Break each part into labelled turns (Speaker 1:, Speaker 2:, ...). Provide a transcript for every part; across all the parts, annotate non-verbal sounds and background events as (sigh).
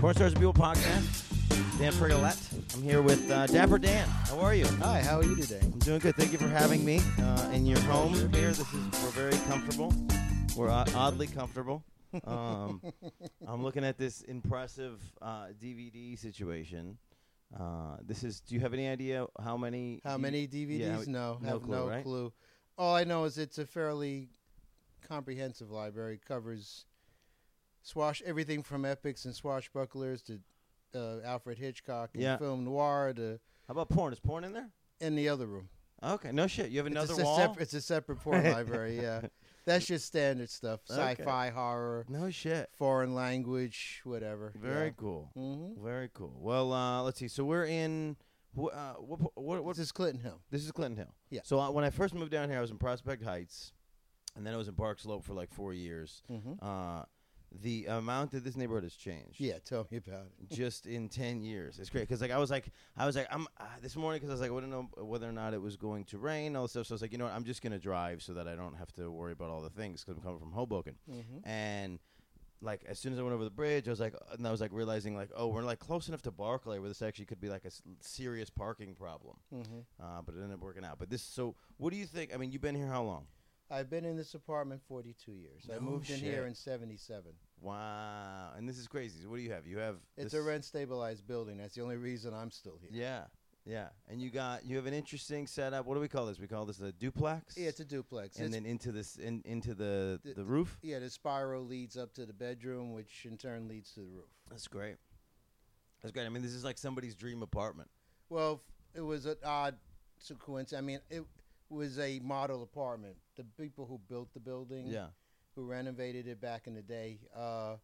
Speaker 1: Four Stars of Buell podcast. Dan Frigolette. I'm here with uh, Dapper Dan. How are you?
Speaker 2: Hi, how are you today?
Speaker 1: I'm doing good. Thank you for having me uh, in your home here. This is we're very comfortable. We're o- oddly comfortable. (laughs) Um, I'm looking at this impressive uh, DVD situation. Uh, this is. Do you have any idea how many?
Speaker 2: How
Speaker 1: you-
Speaker 2: many DVDs?
Speaker 1: we-
Speaker 2: no,
Speaker 1: no
Speaker 2: have
Speaker 1: clue,
Speaker 2: no
Speaker 1: right?
Speaker 2: clue. All I know is it's a fairly comprehensive library. Covers swash everything from epics and swashbucklers to uh, Alfred Hitchcock and
Speaker 1: Yeah.
Speaker 2: film noir to
Speaker 1: How about porn? Is porn in there?
Speaker 2: in the other room.
Speaker 1: Okay. No shit. You have another
Speaker 2: it's a
Speaker 1: wall.
Speaker 2: Separate, it's
Speaker 1: (laughs)
Speaker 2: a separate porn library. Yeah, that's just standard stuff:
Speaker 1: Okay.
Speaker 2: sci-fi, horror,
Speaker 1: no shit.
Speaker 2: foreign language, whatever.
Speaker 1: Very cool.
Speaker 2: Yeah. hmm
Speaker 1: Very cool. Well, uh, let's see. So we're in. Wh- uh, what, po- what, what,
Speaker 2: This is Clinton Hill.
Speaker 1: this is Clinton Hill.
Speaker 2: Yeah.
Speaker 1: So uh, when I first moved down here, I was in Prospect Heights, and then I was in Bark Slope for like four years.
Speaker 2: hmm
Speaker 1: Uh, the amount that this neighborhood has changed.
Speaker 2: Yeah, tell me about it.
Speaker 1: Just in ten years, it's great because like I was like I was like I'm uh, this morning because I was like I wouldn't know whether or not it was going to rain all this stuff. So I was like, you know what, I'm just gonna drive so that I don't have to worry about all the things because I'm coming from Hoboken
Speaker 2: hmm
Speaker 1: and like as soon as I went over the bridge, I was like, and I was like realizing like, oh, we're like close enough to Barclay where this actually could be like a s- serious parking problem.
Speaker 2: hmm
Speaker 1: Uh, but it ended up working out. But this, so what do you think? I mean, you've been here how long?
Speaker 2: I've been in this apartment 42 years. I
Speaker 1: No
Speaker 2: moved in
Speaker 1: shit.
Speaker 2: here in 77.
Speaker 1: Wow, and this is crazy. So what do you have? You have
Speaker 2: It's
Speaker 1: this-
Speaker 2: a rent stabilized building. That's the only reason I'm still here.
Speaker 1: Yeah, yeah, and you got you have an interesting setup. What do we call this? We call this a duplex.
Speaker 2: Yeah, it's a duplex.
Speaker 1: and
Speaker 2: It's-
Speaker 1: then into this in, into the
Speaker 2: The-
Speaker 1: the roof.
Speaker 2: yeah, the spiral leads up to the bedroom, which in turn leads to the roof.
Speaker 1: That's great. That's great. I mean, this is like somebody's dream apartment.
Speaker 2: Well, f- it was an odd sequence. I mean, it was a model apartment. The people who built the building,
Speaker 1: Yeah.
Speaker 2: who renovated it back in the day, uh,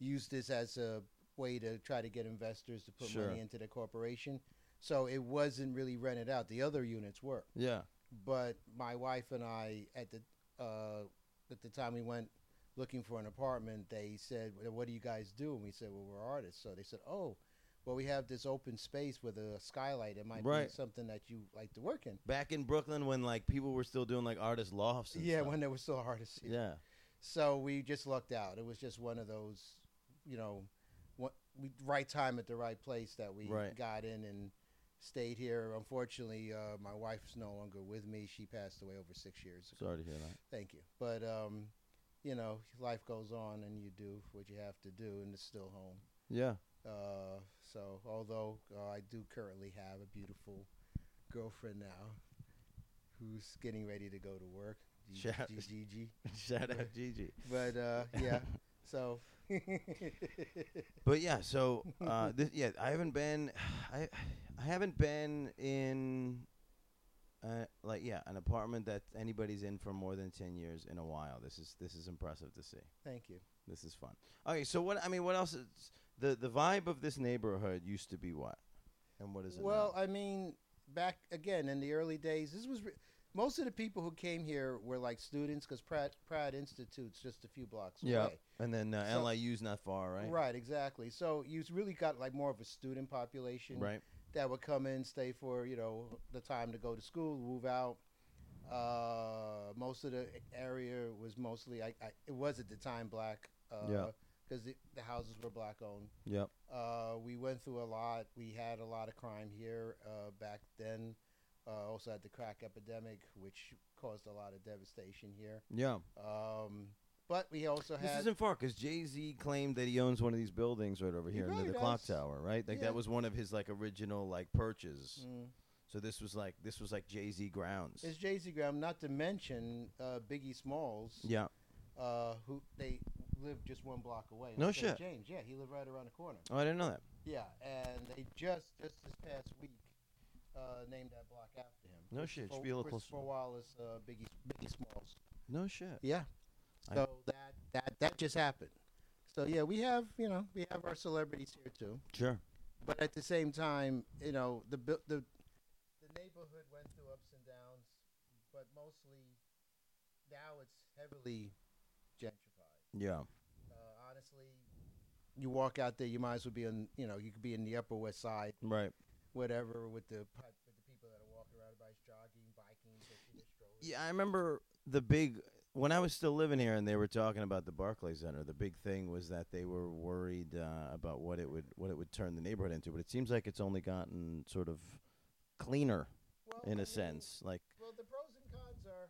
Speaker 2: used this as a way to try to get investors to put
Speaker 1: Sure.
Speaker 2: money into the corporation. So it wasn't really rented out. The other units were.
Speaker 1: Yeah.
Speaker 2: but my wife and I at the uh, at the time we went looking for an apartment, they said, "Well, "What do you guys do?" And we said, "Well, we're artists." So they said, "Oh, well, we have this open space with a skylight. It might
Speaker 1: Right.
Speaker 2: be something that you like to work in."
Speaker 1: Back in Brooklyn, when like people were still doing like artist lofts. And
Speaker 2: Yeah,
Speaker 1: stuff.
Speaker 2: when there were still artists. Here.
Speaker 1: Yeah.
Speaker 2: So we just lucked out. It was just one of those, you know, what we right time at the right place that we
Speaker 1: Right.
Speaker 2: got in and stayed here. Unfortunately, uh, my wife's no longer with me. She passed away over six years ago.
Speaker 1: (laughs) Sorry to hear that.
Speaker 2: Thank you. But um, you know, life goes on, and you do what you have to do, and it's still home.
Speaker 1: Yeah. (laughs)
Speaker 2: Uh, so, although uh, I do currently have a beautiful girlfriend now, who's getting ready to go to work. G-
Speaker 1: Shout-
Speaker 2: G- G- G.
Speaker 1: Shout out Gigi. (laughs)
Speaker 2: But uh, yeah, so (laughs)
Speaker 1: But yeah, so uh, this, yeah, I haven't been, (sighs) I, I haven't been in, uh, like yeah, an apartment that anybody's in for more than ten years in a while. This is this is impressive to see.
Speaker 2: thank you.
Speaker 1: This is fun. Okay, so what I mean, what else? Is, the the vibe of this neighborhood used to be what, and what is it?
Speaker 2: Well, I mean, back again in the early days, this was re- most of the people who came here were like students because Pratt Pratt Institute's just a few blocks
Speaker 1: Yeah.
Speaker 2: away.
Speaker 1: now? and then uh,
Speaker 2: so-
Speaker 1: LIU's not far, right?
Speaker 2: exactly. So you really got like more of a student population
Speaker 1: Right.
Speaker 2: that would come in, stay for you know the time to go to school, move out. Uh, most of the area was mostly I, I it was at the time black. Uh,
Speaker 1: Yeah.
Speaker 2: Because the, the houses were black owned.
Speaker 1: Yep.
Speaker 2: Uh, we went through a lot. We had a lot of crime here uh, back then. Uh, also had the crack epidemic, which caused a lot of devastation here.
Speaker 1: Yeah.
Speaker 2: Um, but we also
Speaker 1: This
Speaker 2: had
Speaker 1: isn't far because Jay Z claimed that he owns one of these buildings right over
Speaker 2: He
Speaker 1: here near
Speaker 2: probably
Speaker 1: the clock
Speaker 2: does.
Speaker 1: tower, right? Like
Speaker 2: Yeah.
Speaker 1: that was one of his like original like purchase.
Speaker 2: Mm.
Speaker 1: So this was like this was like Jay Z grounds.
Speaker 2: It's Jay Z Graham, not to mention uh, Biggie Smalls,
Speaker 1: yeah,
Speaker 2: uh, who they lived just one block away.
Speaker 1: No
Speaker 2: on St.
Speaker 1: shit.
Speaker 2: James, yeah, he lived right around the corner.
Speaker 1: oh, I didn't know that.
Speaker 2: Yeah, and they just just this past week uh, named that block after him.
Speaker 1: No shit,
Speaker 2: Christopher-
Speaker 1: should be a little closer.
Speaker 2: Christopher Wallace, uh, Biggie, Biggie Smalls.
Speaker 1: No shit.
Speaker 2: Yeah.
Speaker 1: I-
Speaker 2: So that that that just happened. So yeah, we have you know we have our celebrities here too,
Speaker 1: Sure.
Speaker 2: but at the same time, you know the bu- the the neighborhood went through ups and downs, but mostly now it's heavily gentrified.
Speaker 1: Yeah.
Speaker 2: Uh, honestly, you walk out there, you might as well be in you know you could be in the Upper West Side,
Speaker 1: Right.
Speaker 2: whatever, with the pu- with the people that are walking around, everybody's jogging, biking, taking their strollers.
Speaker 1: Yeah, I remember the big when I was still living here, and they were talking about the Barclay Center, the big thing was that they were worried uh, about what it would what it would turn the neighborhood into. But it seems like it's only gotten sort of cleaner
Speaker 2: Well,
Speaker 1: in
Speaker 2: I
Speaker 1: a
Speaker 2: mean,
Speaker 1: sense. Like
Speaker 2: Well, the pros and cons are: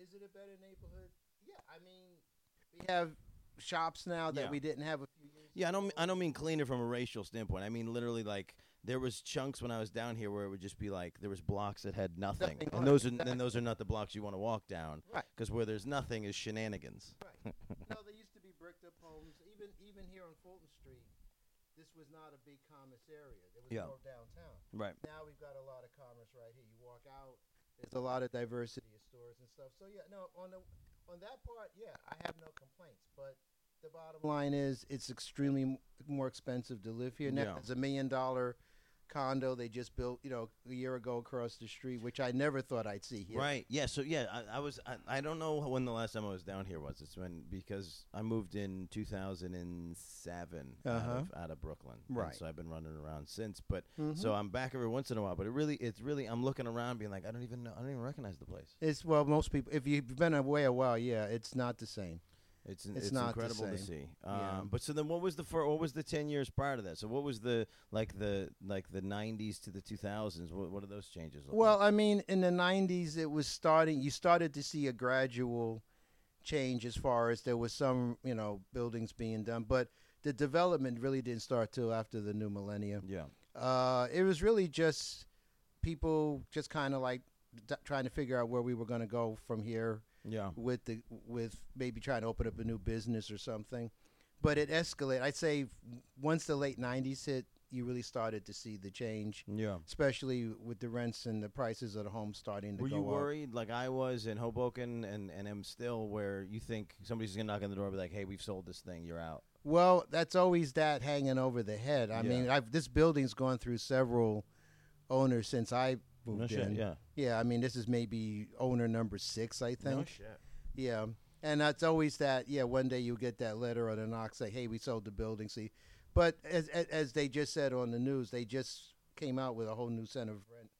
Speaker 2: is it a better neighborhood? Yeah, I mean, we have shops now that
Speaker 1: Yeah.
Speaker 2: we didn't have a few years.
Speaker 1: Yeah, I don't.
Speaker 2: ago.
Speaker 1: I don't mean cleaner from a racial standpoint. I mean literally like there was chunks when I was down here where it would just be like there was blocks that had nothing,
Speaker 2: Nothing on
Speaker 1: and
Speaker 2: it,
Speaker 1: those are
Speaker 2: exactly.
Speaker 1: and those are not the blocks you want to walk down
Speaker 2: Right.
Speaker 1: because where there's nothing is shenanigans.
Speaker 2: Right. no, there used to be bricked up homes. Even even here on Fulton Street, this was not a big commerce area. There was
Speaker 1: Yeah.
Speaker 2: no downtown.
Speaker 1: Right.
Speaker 2: Now we've got a lot of commerce right here. You walk out, there's a lot of diversity of stores and stuff. So yeah, no, on the on that part, yeah, I have no complaints. But the bottom line is, it's extremely m- more expensive to live here now.
Speaker 1: Yeah.
Speaker 2: It's a million dollar condo they just built, you know, a year ago across the street, which I never thought I'd see here.
Speaker 1: Right. Yeah. So yeah, I, I was. I, I don't know when the last time I was down here was. It's been because I moved in 2007
Speaker 2: Uh-huh.
Speaker 1: out, of, out of Brooklyn. and
Speaker 2: Right.
Speaker 1: so I've been running around since. But
Speaker 2: Mhm.
Speaker 1: so I'm back every once in a while. But it really, it's really. I'm looking around, being like, I don't even know. I don't even recognize the place.
Speaker 2: It's well, most people. If you've been away a while, yeah, it's not the same.
Speaker 1: It's it's,
Speaker 2: It's
Speaker 1: it's
Speaker 2: not the
Speaker 1: incredible to
Speaker 2: same.
Speaker 1: see. Um,
Speaker 2: Yeah.
Speaker 1: But so then, what was the fir- what was the ten years prior to that? So what was the like the like the nineties to the two thousands? What what are those changes? Look
Speaker 2: Well, I mean, in the '90s, it was starting. You started to see a gradual change as far as there was some, you know, buildings being done, but the development really didn't start till after the new millennium.
Speaker 1: like? yeah,
Speaker 2: Uh, it was really just people just kind of like d- trying to figure out where we were going to go from here
Speaker 1: yeah,
Speaker 2: with the with maybe trying to open up a new business or something. But it escalated. I'd say once the late '90s hit, you really started to see the change
Speaker 1: yeah.
Speaker 2: especially with the rents and the prices of the homes starting to
Speaker 1: Were
Speaker 2: go
Speaker 1: you
Speaker 2: up.
Speaker 1: worried like I was in Hoboken and and am still where you think somebody's gonna knock on the door and be like, hey, we've sold this thing, you're out.
Speaker 2: Well, that's always that hanging over the head. I
Speaker 1: Yeah.
Speaker 2: mean, I've, this building's gone through several owners since I moved
Speaker 1: No
Speaker 2: in.
Speaker 1: shit. Yeah.
Speaker 2: Yeah, I mean, this is maybe owner number six, I think.
Speaker 1: No shit.
Speaker 2: yeah, and that's always that. Yeah, one day you get that letter or the knock say, "Hey, we sold the building." See, but as as, as they just said on the news, they just came out with a whole new set of rent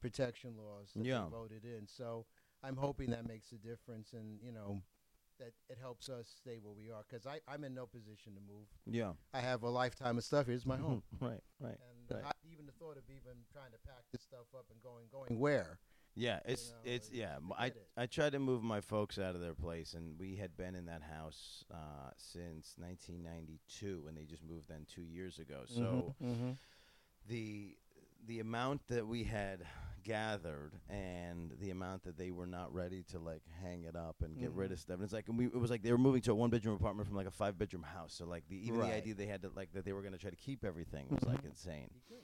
Speaker 2: protection laws that
Speaker 1: Yeah.
Speaker 2: they voted in. So I'm hoping that makes a difference, and you know that it helps us stay where we are because I'm in no position to move.
Speaker 1: Yeah.
Speaker 2: I have a lifetime of
Speaker 1: (laughs)
Speaker 2: stuff. Here's my home,
Speaker 1: right. Right.
Speaker 2: and
Speaker 1: Right.
Speaker 2: not even the thought of even trying to pack this stuff up and going going where.
Speaker 1: Yeah, it's
Speaker 2: know,
Speaker 1: it's
Speaker 2: like,
Speaker 1: yeah. m- I
Speaker 2: forget it.
Speaker 1: I tried to move my folks out of their place, and we had been in that house uh, since 1992, and they just moved then two years ago. So
Speaker 2: Mm-hmm.
Speaker 1: the the amount that we had gathered and the amount that they were not ready to like hang it up and get rid
Speaker 2: Mm-hmm.
Speaker 1: of stuff. And it's like and we it was like they were moving to a one bedroom apartment from like a five bedroom house. So like the even
Speaker 2: Right. Mm-hmm.
Speaker 1: the idea they had to like that they were going to try to keep everything was like insane.
Speaker 2: You couldn't.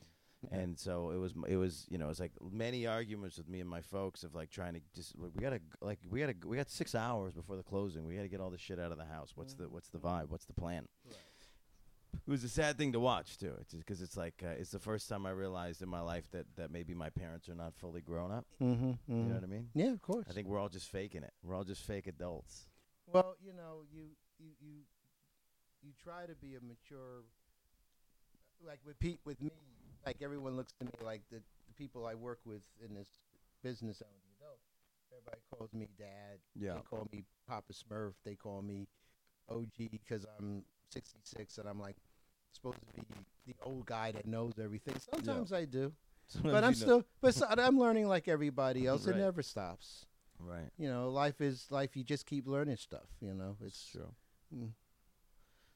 Speaker 1: And so it was, it was, you know, it was like many arguments with me and my folks of like trying to just, like, we gotta, like, we gotta, we got six hours before the closing. We gotta get all this shit out of the house. What's the, what's the vibe? What's the plan?
Speaker 2: Right.
Speaker 1: It was a sad thing to watch too, it's just because it's like, uh, it's the first time I realized in my life that that maybe my parents are not fully grown up.
Speaker 2: Mm-hmm,
Speaker 1: You know what I mean?
Speaker 2: Yeah, of course.
Speaker 1: I think we're all just faking it. We're all just fake adults. (laughs)
Speaker 2: Well, you know, you you you you try to be a mature. Like with Pete, with me, like everyone looks to me like the, the people I work with in this business. I'm the adult. Everybody calls me Dad.
Speaker 1: Yeah.
Speaker 2: They call me Papa Smurf. They call me OG because I'm 66 and I'm like supposed to be the old guy that knows everything. Sometimes I do,
Speaker 1: (laughs)
Speaker 2: but I'm still. But so, I'm learning like everybody else.
Speaker 1: Right.
Speaker 2: It never stops
Speaker 1: right.
Speaker 2: you know, life is life. You just keep learning stuff. You know,
Speaker 1: It's
Speaker 2: it's
Speaker 1: true.
Speaker 2: Mm.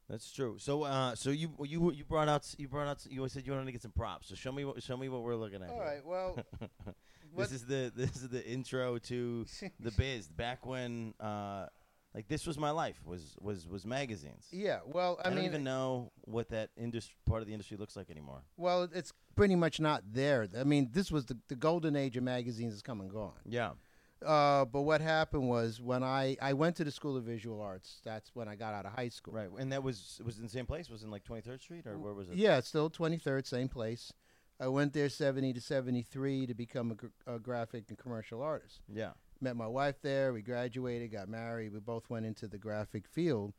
Speaker 1: That's true. So, uh, so you well, you you brought out s- you brought out s- you said you wanted to get some props. So show me what show me what we're looking at.
Speaker 2: all
Speaker 1: here.
Speaker 2: right.
Speaker 1: (laughs)
Speaker 2: Well, what-
Speaker 1: this is the this is the intro to the biz. Back when, uh, like this was my life was was was magazines.
Speaker 2: (laughs) yeah. Well, I,
Speaker 1: I,
Speaker 2: mean,
Speaker 1: don't even know what that industry part of the industry looks like anymore.
Speaker 2: well, it's pretty much not there. I mean, this was the, the golden age of magazines is come and gone.
Speaker 1: Yeah,
Speaker 2: Uh, but what happened was when I I went to the School of Visual Arts. That's when I got out of high school.
Speaker 1: right. And that was was in the same place. Was in like 23rd Street
Speaker 2: Mm,
Speaker 1: or where was it?
Speaker 2: Yeah, it's still 23rd, same place. I went there 70 to 73 to become a, gr- a graphic and commercial artist.
Speaker 1: yeah,
Speaker 2: met my wife there. We graduated, got married. We both went into the graphic field.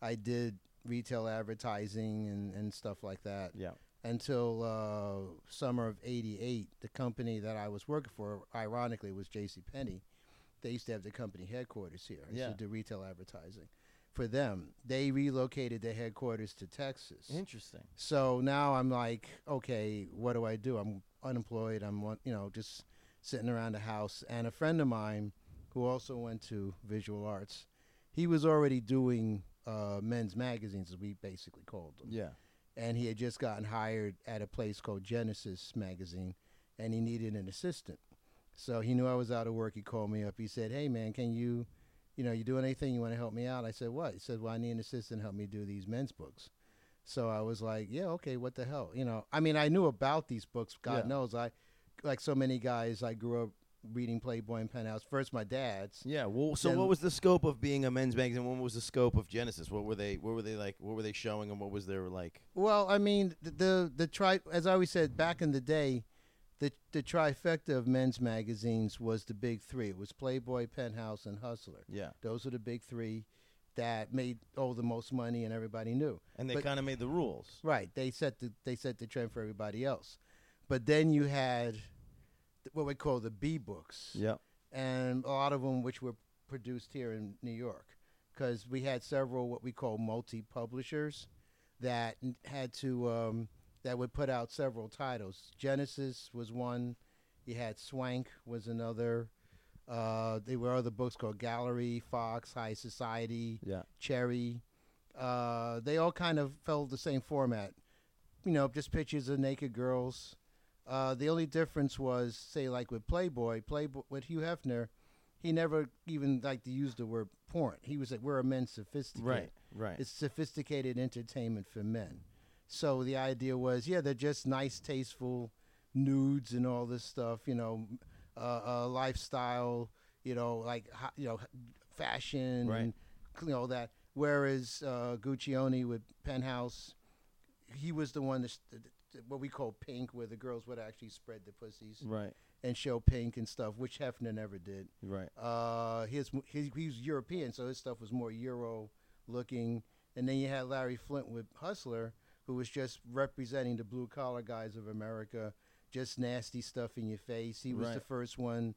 Speaker 2: I did retail advertising and, and stuff like that
Speaker 1: yeah.
Speaker 2: until uh, summer of 88. The company that I was working for, ironically, was J.C. Penney, they used to have their company headquarters here. I
Speaker 1: Yeah.
Speaker 2: used to do retail advertising for them. They relocated their headquarters to Texas.
Speaker 1: Interesting.
Speaker 2: So now I'm like, okay, what do I do? I'm unemployed. I'm one- you know just sitting around the house. And a friend of mine, who also went to visual arts, he was already doing uh, men's magazines, as we basically called them.
Speaker 1: Yeah.
Speaker 2: And he had just gotten hired at a place called Genesis Magazine, and he needed an assistant. So he knew I was out of work. He called me up. He said, "Hey man, can you, you know, you doing anything? You want to help me out?" I said, "What?" He said, "Well, I need an assistant to help me do these men's books." So I was like, "Yeah, okay, what the hell?" You know, I mean, I knew about these books. God
Speaker 1: Yeah.
Speaker 2: knows, I, like so many guys, I grew up reading Playboy and Penthouse. First, my dad's.
Speaker 1: Yeah. Well, so
Speaker 2: Then-
Speaker 1: what was the scope of being a men's magazine? What was the scope of Genesis? What were they? What were they like? What were they showing? And what was their like?
Speaker 2: Well, I mean, the the, the tri as I always said back in the day, the the trifecta of men's magazines was the big three. It was Playboy, Penthouse, and Hustler.
Speaker 1: Yeah.
Speaker 2: Those were the big three that made all the most money, and everybody knew.
Speaker 1: And they
Speaker 2: But-
Speaker 1: kind of made the rules.
Speaker 2: Right. They set the they set the trend for everybody else. But then you had th- what we call the B books,
Speaker 1: Yeah.
Speaker 2: and a lot of them which were produced here in New York, because we had several what we call multi publishers that n- had to um, that would put out several titles. Genesis was one. You had Swank was another. Uh, there were other books called Gallery, Fox, High Society
Speaker 1: Yeah.
Speaker 2: cherry. Uh, they all kind of fell the same format. You know, just pictures of naked girls. Uh, the only difference was, say, like with Playboy, Playboy with Hugh Hefner, he never even like to use the word porn. He was like, "We're a men sophisticated."
Speaker 1: Right. Right.
Speaker 2: It's sophisticated entertainment for men. So the idea was, yeah, they're just nice, tasteful nudes and all this stuff, you know, uh, uh, lifestyle, you know, like ho- you know, fashion
Speaker 1: Right.
Speaker 2: and you know all that. Whereas uh, Guccione with Penthouse, he was the one that st- th- what we call pink, where the girls would actually spread the pussies
Speaker 1: right.
Speaker 2: and show pink and stuff, which Hefner never did
Speaker 1: Right.
Speaker 2: uh, his, his he was European, so his stuff was more Euro looking. And then you had Larry Flint with Hustler, who was just representing the blue collar guys of America, just nasty stuff in your face. He was the
Speaker 1: Right.
Speaker 2: first one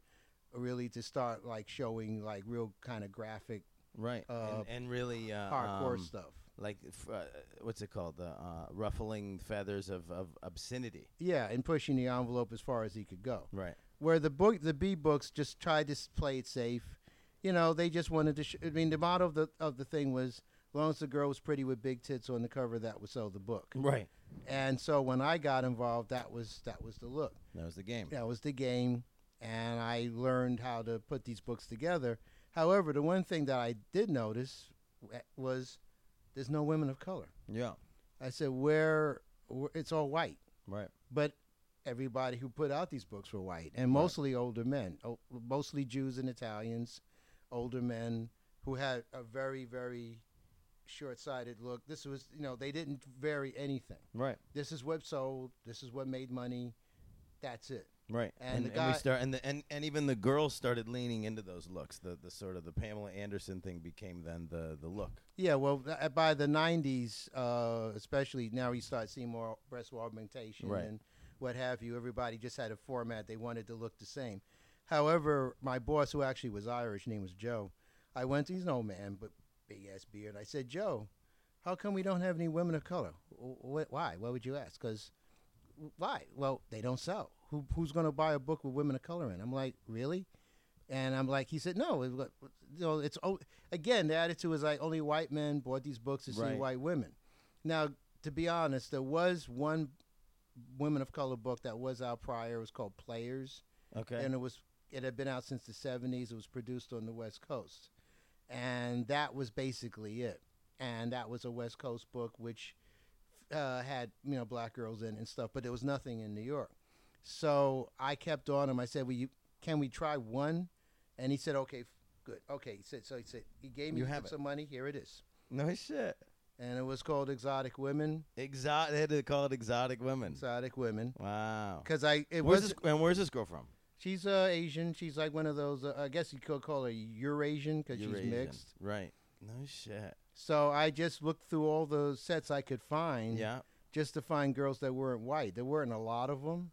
Speaker 2: really to start like showing like real kind of graphic
Speaker 1: Right.
Speaker 2: uh,
Speaker 1: and, and really uh,
Speaker 2: hardcore
Speaker 1: um,
Speaker 2: stuff.
Speaker 1: Like f- uh, what's it called? The uh, ruffling feathers of, of obscenity.
Speaker 2: Yeah, and pushing the envelope as far as he could go.
Speaker 1: Right.
Speaker 2: where the book the B books just tried to s- play it safe. You know, they just wanted to. Sh- I mean, the motto of the of the thing was, as long as the girl was pretty with big tits on the cover, that would sell the book.
Speaker 1: Right.
Speaker 2: And so when I got involved, that was that was the look.
Speaker 1: That was the game.
Speaker 2: That was the game, and I learned how to put these books together. However, the one thing that I did notice w- was there's no women of color.
Speaker 1: yeah.
Speaker 2: I said, where, where it's all white
Speaker 1: Right.
Speaker 2: but everybody who put out these books were white and mostly older men, o- mostly Jews and Italians, older men who had a very, very short-sighted look. This was, you know, they didn't vary anything.
Speaker 1: Right.
Speaker 2: This is what sold. This is what made money. That's it.
Speaker 1: Right,
Speaker 2: And
Speaker 1: and,
Speaker 2: the
Speaker 1: and,
Speaker 2: guy-
Speaker 1: we start, and, the, and and even the girls started leaning into those looks. The the sort of the Pamela Anderson thing became then the the look.
Speaker 2: Yeah, well, th- uh, by the '90s, uh, especially now, you start seeing more breast augmentation
Speaker 1: Right.
Speaker 2: and what have you. Everybody just had a format; they wanted to look the same. However, my boss, who actually was Irish, name was Joe. I went to he's an old man, but big ass beard. I said, Joe, how come we don't have any women of color? Wh- wh- Why? Why would you ask? Because why? Well, they don't sell. Who, who's going to buy a book with women of color in? I'm like, really? And I'm like, he said, no, it, wa- you know, it's o- again the attitude was like only white men bought these books to see
Speaker 1: Right.
Speaker 2: white women. Now, to be honest, there was one women of color book that was out prior. It was called Players,
Speaker 1: Okay,
Speaker 2: and it was it had been out since the '70s. It was produced on the West Coast, and that was basically it. And that was a West Coast book which uh, had you know black girls in it and stuff, but there was nothing in New York. So I kept on him. I said, "Well, you can we try one?" And he said, "Okay, f- good. Okay." He said, "So he said he gave me
Speaker 1: You have it.
Speaker 2: some money. Here it is."
Speaker 1: no shit.
Speaker 2: And it was called Exotic Women.
Speaker 1: Exotic. They had to call it exotic women.
Speaker 2: Exotic Women.
Speaker 1: Wow.
Speaker 2: Because I it
Speaker 1: Where's
Speaker 2: was
Speaker 1: this? And where's this girl from?
Speaker 2: She's uh, Asian. She's like one of those. Uh, I guess you could call her Eurasian because she's
Speaker 1: Eurasian.
Speaker 2: mixed.
Speaker 1: Right. No shit.
Speaker 2: So I just looked through all the sets I could find,
Speaker 1: Yeah.
Speaker 2: just to find girls that weren't white. There weren't a lot of them,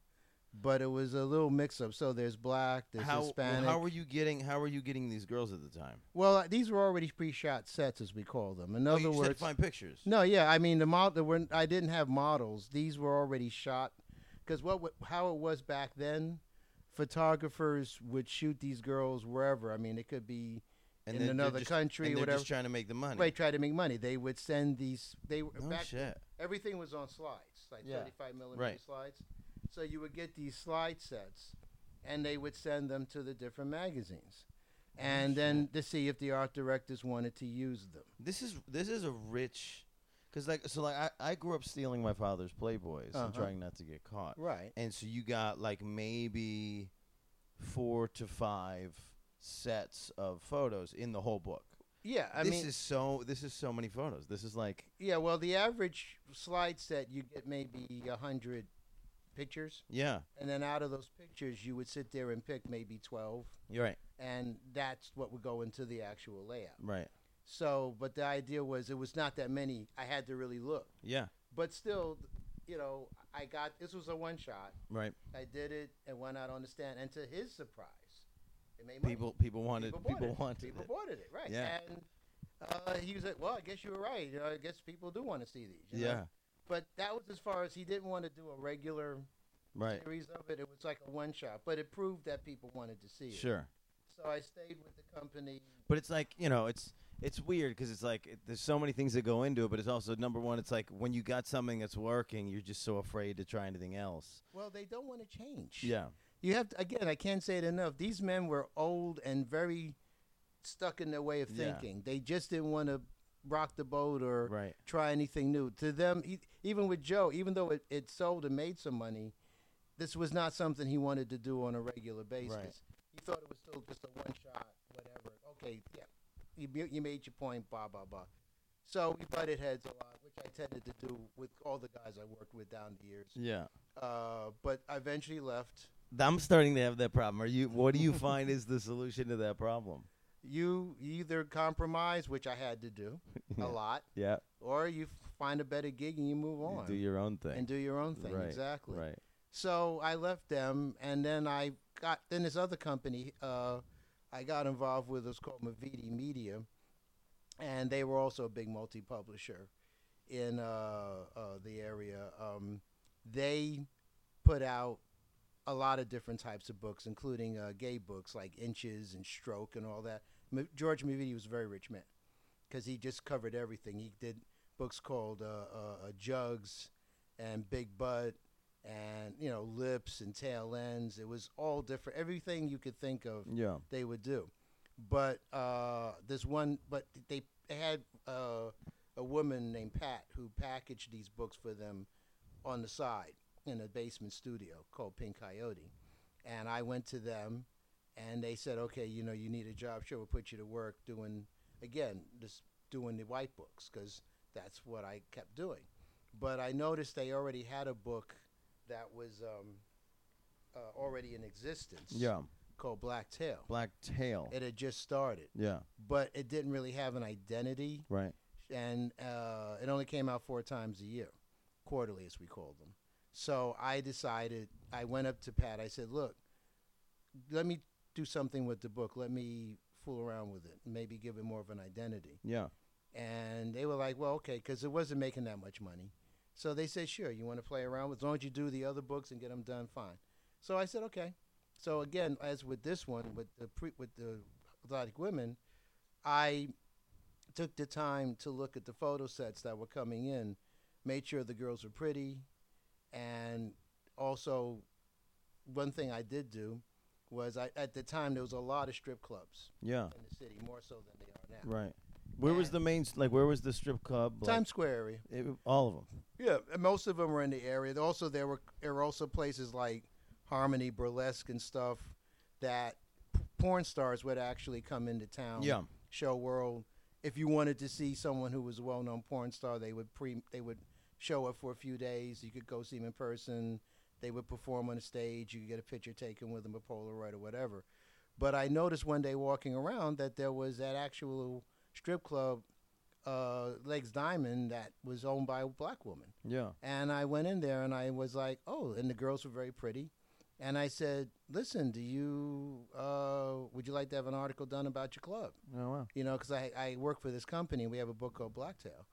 Speaker 2: but it was a little mix-up. So there's black, there's
Speaker 1: how well,
Speaker 2: Hispanic.
Speaker 1: how were you getting how were you getting these girls at the time?
Speaker 2: well, uh, these were already pre-shot sets, as we call them. In
Speaker 1: Oh,
Speaker 2: other
Speaker 1: you just had to
Speaker 2: words,
Speaker 1: find pictures.
Speaker 2: no, yeah, I mean the model. Were, I didn't have models. These were already shot because what wa- how it was back then, photographers would shoot these girls wherever. I mean, it could be in
Speaker 1: they're
Speaker 2: another
Speaker 1: just-
Speaker 2: country,
Speaker 1: and they're
Speaker 2: whatever.
Speaker 1: just trying to make the money.
Speaker 2: Right, try to make money. They would send these. They were
Speaker 1: No
Speaker 2: back.
Speaker 1: shit.
Speaker 2: Everything was on slides, like
Speaker 1: Yeah.
Speaker 2: 35 millimeter
Speaker 1: Right.
Speaker 2: slides. So you would get these slide sets, and they would send them to the different magazines, and then to see if the art directors wanted to use them.
Speaker 1: This is this is a rich, because like so like I, I grew up stealing my father's Playboys
Speaker 2: Uh-huh.
Speaker 1: and trying not to get caught.
Speaker 2: Right.
Speaker 1: And so you got like maybe four to five sets of photos in the whole book.
Speaker 2: Yeah, I
Speaker 1: this
Speaker 2: mean,
Speaker 1: is so this is so many photos. This is like
Speaker 2: yeah. Well, the average slide set you get maybe a hundred pictures,
Speaker 1: yeah,
Speaker 2: and then out of those pictures you would sit there and pick maybe 12,
Speaker 1: you're right,
Speaker 2: and that's what would go into the actual layout.
Speaker 1: right,
Speaker 2: So, but the idea was it was not that many. I had to really look.
Speaker 1: yeah,
Speaker 2: But still, you know, I got this was a one shot.
Speaker 1: right.
Speaker 2: I did it and went out on the stand. And to his surprise, it made money.
Speaker 1: People people wanted people,
Speaker 2: it.
Speaker 1: wanted
Speaker 2: people
Speaker 1: it.
Speaker 2: bought it, right?
Speaker 1: Yeah.
Speaker 2: And uh, he was like, "Well, I guess you were right. You know, I guess people do want to see these." you know?
Speaker 1: yeah,
Speaker 2: But that was as far as he didn't want to do a regular
Speaker 1: right,
Speaker 2: series of it. It was like a one shot, but it proved that people wanted to see it.
Speaker 1: sure.
Speaker 2: So I stayed with the company.
Speaker 1: But it's like you know, it's it's weird because it's like it, there's so many things that go into it. But it's also number one, it's like when you got something that's working, you're just so afraid to try anything else.
Speaker 2: Well, they don't want to change.
Speaker 1: Yeah,
Speaker 2: you have to, again i can't say it enough these men were old and very stuck in their way of
Speaker 1: Yeah.
Speaker 2: thinking they just didn't want to rock the boat or
Speaker 1: right.
Speaker 2: try anything new to them e- even with joe even though it, it sold and made some money this was not something he wanted to do on a regular basis he thought it was still just a one shot whatever okay yeah you, bu- you made your point blah blah blah so we butted heads a lot which i tended to do with all the guys i worked with down the years
Speaker 1: Yeah,
Speaker 2: uh, but i eventually left
Speaker 1: I'm starting to have that problem. Are you? What do you find is the solution to that problem?
Speaker 2: you either compromise, which I had to do
Speaker 1: Yeah.
Speaker 2: (laughs) a lot,
Speaker 1: Yeah,
Speaker 2: or you find a better gig and you move
Speaker 1: you
Speaker 2: on
Speaker 1: do your own thing.
Speaker 2: and do your own thing.
Speaker 1: Right,
Speaker 2: Exactly.
Speaker 1: Right.
Speaker 2: So I left them, and then I got then this other company uh, I got involved with was called Mavidi Media, and they were also a big multi publisher in uh, uh, the area. Um, they put out a lot of different types of books, including uh, gay books like Inches and Stroke and all that. M- George Mavidi was a very rich man because he just covered everything. He did books called uh, uh, uh, Jugs and Big Butt and you know lips and tail ends. It was all different. Everything you could think of,
Speaker 1: Yeah.
Speaker 2: they would do. But uh, this one, but they had uh, a woman named Pat who packaged these books for them on the side in a basement studio called Pink Coyote. And I went to them, and they said, "Okay, you know, you need a job. Sure, we'll put you to work doing again, just doing the white books because that's what I kept doing." But I noticed they already had a book that was um, uh, already in existence
Speaker 1: Yeah.
Speaker 2: called Black Tail.
Speaker 1: Black tail.
Speaker 2: It had just started,
Speaker 1: yeah.
Speaker 2: but it didn't really have an identity,
Speaker 1: Right.
Speaker 2: and uh, it only came out four times a year, quarterly as we called them. So I decided. I went up to Pat. I said, "Look, let me do something with the book. Let me fool around with it. Maybe give it more of an identity."
Speaker 1: Yeah.
Speaker 2: And they were like, "Well, okay," because it wasn't making that much money. So they said, "Sure, you want to play around with? As long as you do the other books and get them done, fine." So I said, "Okay." So again, as with this one, with the pre, with the exotic women, I took the time to look at the photo sets that were coming in, made sure the girls were pretty, and also one thing I did do was I at the time there was a lot of strip clubs
Speaker 1: Yeah.
Speaker 2: in the city, more so than they are now.
Speaker 1: Right. Where was
Speaker 2: And-
Speaker 1: the main? s- Like, where was the strip club? Like,
Speaker 2: Times Square area.
Speaker 1: it- all of them.
Speaker 2: Yeah, and most of them were in the area. There Also, there were there were also places like Harmony Burlesque and stuff that p- porn stars would actually come into town.
Speaker 1: Yeah.
Speaker 2: show world. If you wanted to see someone who was a well known porn star, they would pre they would show up for a few days. You could go see them in person. They would perform on a stage. You could get a picture taken with them, a Polaroid or whatever. But I noticed one day walking around that there was that actual strip club, uh, Legs Diamond, that was owned by a black woman.
Speaker 1: Yeah.
Speaker 2: And I went in there and I was like, oh, and the girls were very pretty. And I said, "Listen, do you uh, would you like to have an article done about your club?
Speaker 1: Oh wow.
Speaker 2: You know, because I I work for this company. We have a book called Blacktail."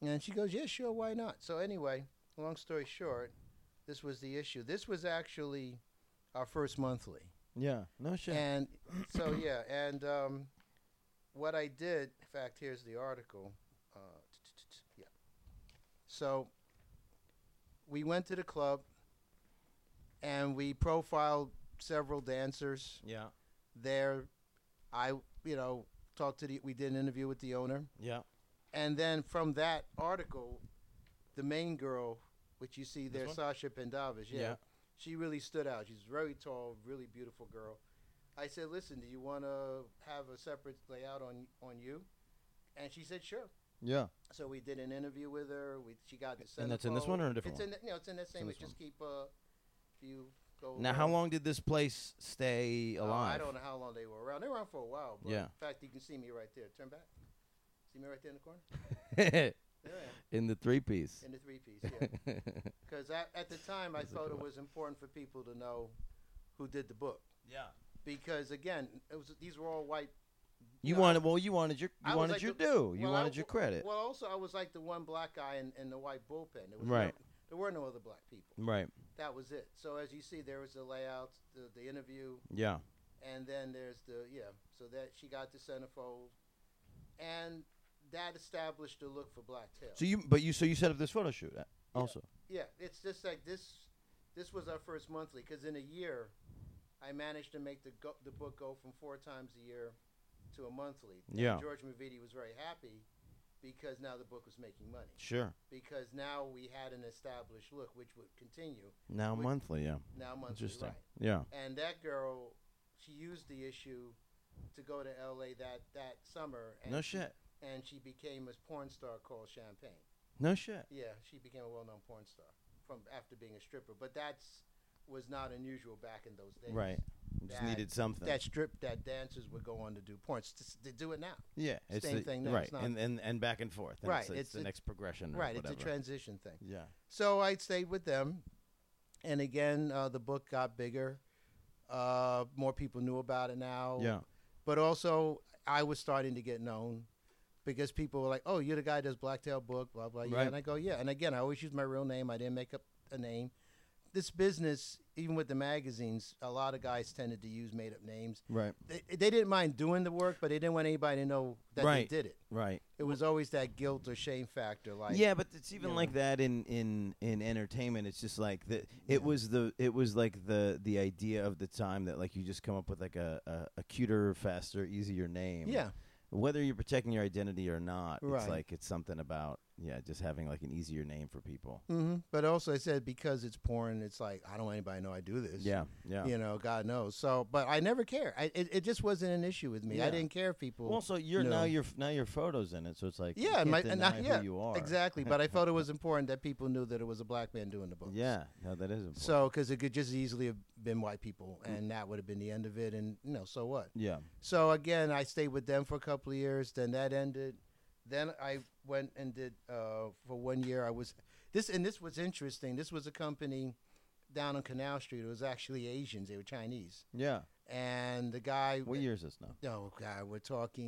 Speaker 2: And she goes, "Yeah, sure, why not?" So anyway, long story short, this was the issue. This was actually our first monthly.
Speaker 1: Yeah. No shit.
Speaker 2: And so yeah, and um, what I did, in fact, here's the article. Uh, yeah. So we went to the club, and we profiled several dancers
Speaker 1: yeah.
Speaker 2: there. I you know talked to the we did an interview with the owner,
Speaker 1: Yeah.
Speaker 2: and then from that article, the main girl, which you see there,
Speaker 1: one?
Speaker 2: Sasha Pendavis, yeah,
Speaker 1: Yeah.
Speaker 2: she really stood out. She's very tall, really beautiful girl. I said, "Listen, do you want to have a separate layout on on you?" And she said, "Sure."
Speaker 1: Yeah.
Speaker 2: So we did an interview with her. We she got the
Speaker 1: And that's in this
Speaker 2: centerfold.
Speaker 1: one or a different
Speaker 2: it's
Speaker 1: one?
Speaker 2: in the, no, it's in that same.
Speaker 1: in
Speaker 2: we
Speaker 1: this
Speaker 2: just keep uh, if you go.
Speaker 1: Now,
Speaker 2: around-
Speaker 1: how long did this place stay
Speaker 2: Oh,
Speaker 1: alive?
Speaker 2: I don't know how long they were around. They were around for a while. But
Speaker 1: Yeah.
Speaker 2: In fact, you can see me right there. Turn back. See me right there in the corner. There I am.
Speaker 1: (laughs) in the three piece.
Speaker 2: In the three piece, yeah.
Speaker 1: (laughs)
Speaker 2: Because at, at the time, I
Speaker 1: That's a
Speaker 2: thought
Speaker 1: good
Speaker 2: it
Speaker 1: one.
Speaker 2: was important for people to know who did the book.
Speaker 1: yeah.
Speaker 2: Because again, it was these were all white.
Speaker 1: You
Speaker 2: No,
Speaker 1: wanted well. You wanted your
Speaker 2: I
Speaker 1: you
Speaker 2: was
Speaker 1: wanted
Speaker 2: like
Speaker 1: your
Speaker 2: the-
Speaker 1: due. You
Speaker 2: well, I
Speaker 1: wanted your
Speaker 2: w-
Speaker 1: credit.
Speaker 2: Well, also I was like the one black guy in, in the white bullpen. There was
Speaker 1: Right.
Speaker 2: No, there were no other black people.
Speaker 1: right.
Speaker 2: That was it. So as you see, there was the layout, the, the interview,
Speaker 1: Yeah.
Speaker 2: and then there's the yeah. So that she got the centerfold, and that established the look for Black Tail.
Speaker 1: So you but you so you set up this photo shoot uh, also.
Speaker 2: Yeah, it's just like this. This was our first monthly because in a year, I managed to make the go, the book go from four times a year to a monthly. And
Speaker 1: Yeah.
Speaker 2: George Mavidi was very happy because now the book was making money
Speaker 1: Sure.
Speaker 2: because now we had an established look which would continue
Speaker 1: Now
Speaker 2: We-
Speaker 1: monthly. Yeah.
Speaker 2: now monthly.
Speaker 1: Interesting.
Speaker 2: Right.
Speaker 1: Yeah.
Speaker 2: And that girl, she used the issue to go to L.A. that that summer. And
Speaker 1: No
Speaker 2: she-
Speaker 1: shit.
Speaker 2: And she became a porn star called Champagne.
Speaker 1: No shit.
Speaker 2: Yeah, she became a well-known porn star from after being a stripper, but that's was not unusual back in those days.
Speaker 1: Right. Just
Speaker 2: That-
Speaker 1: needed something.
Speaker 2: That strip that dancers would go on to do porn. It's just- They do it now.
Speaker 1: yeah. It's
Speaker 2: same
Speaker 1: the,
Speaker 2: thing now,
Speaker 1: Right.
Speaker 2: it's not-
Speaker 1: and, and and back and forth. and
Speaker 2: Right,
Speaker 1: It's, it's
Speaker 2: it's-
Speaker 1: the
Speaker 2: it-
Speaker 1: next progression. Or
Speaker 2: right.
Speaker 1: Whatever.
Speaker 2: It's a transition thing.
Speaker 1: Yeah.
Speaker 2: So I stayed with them, and again, uh, the book got bigger. Uh, more people knew about it now.
Speaker 1: Yeah.
Speaker 2: But also, I was starting to get known because people were like, "Oh, you're the guy that does Blacktail book, blah blah." Yeah.
Speaker 1: Right.
Speaker 2: And I go, "Yeah." And again, I always use my real name. I didn't make up a name. This business, even with the magazines, a lot of guys tended to use made up names.
Speaker 1: Right.
Speaker 2: They, they didn't mind doing the work, but they didn't want anybody to know that
Speaker 1: Right.
Speaker 2: they did it.
Speaker 1: Right.
Speaker 2: It was always that guilt or shame factor. Like,
Speaker 1: yeah, but it's even
Speaker 2: you
Speaker 1: like that in in in entertainment. It's just like the it
Speaker 2: Yeah.
Speaker 1: was the it was like the the idea of the time that like you just come up with like a a, a cuter, faster, easier name.
Speaker 2: yeah,
Speaker 1: Whether you're protecting your identity or not, it's
Speaker 2: Right.
Speaker 1: like it's something about yeah, just having like an easier name for people.
Speaker 2: hmm But also, I said because it's porn, it's like I don't want anybody to know I do this.
Speaker 1: Yeah, yeah.
Speaker 2: you know, God knows. So, but I never care. I, it, it just wasn't an issue with me.
Speaker 1: Yeah.
Speaker 2: I didn't care if people.
Speaker 1: Well, also, you're
Speaker 2: No.
Speaker 1: now your now your photos in it, so it's like you
Speaker 2: yeah,
Speaker 1: can't
Speaker 2: and my,
Speaker 1: deny
Speaker 2: and I- yeah,
Speaker 1: who you are
Speaker 2: exactly. But I
Speaker 1: (laughs)
Speaker 2: felt it was important that people knew that it was a black man doing the books.
Speaker 1: Yeah, no, that is important.
Speaker 2: So, because it could just easily have been white people,
Speaker 1: Mm.
Speaker 2: and that would have been the end of it. And you know, so what?
Speaker 1: yeah,
Speaker 2: So again, I stayed with them for a couple of years. Then that ended. Then I went and did uh, for one year. I was this, and this was interesting. This was a company down on Canal Street. It was actually Asians. They were Chinese,
Speaker 1: yeah.
Speaker 2: and the guy.
Speaker 1: What year is this now?
Speaker 2: Oh God, we're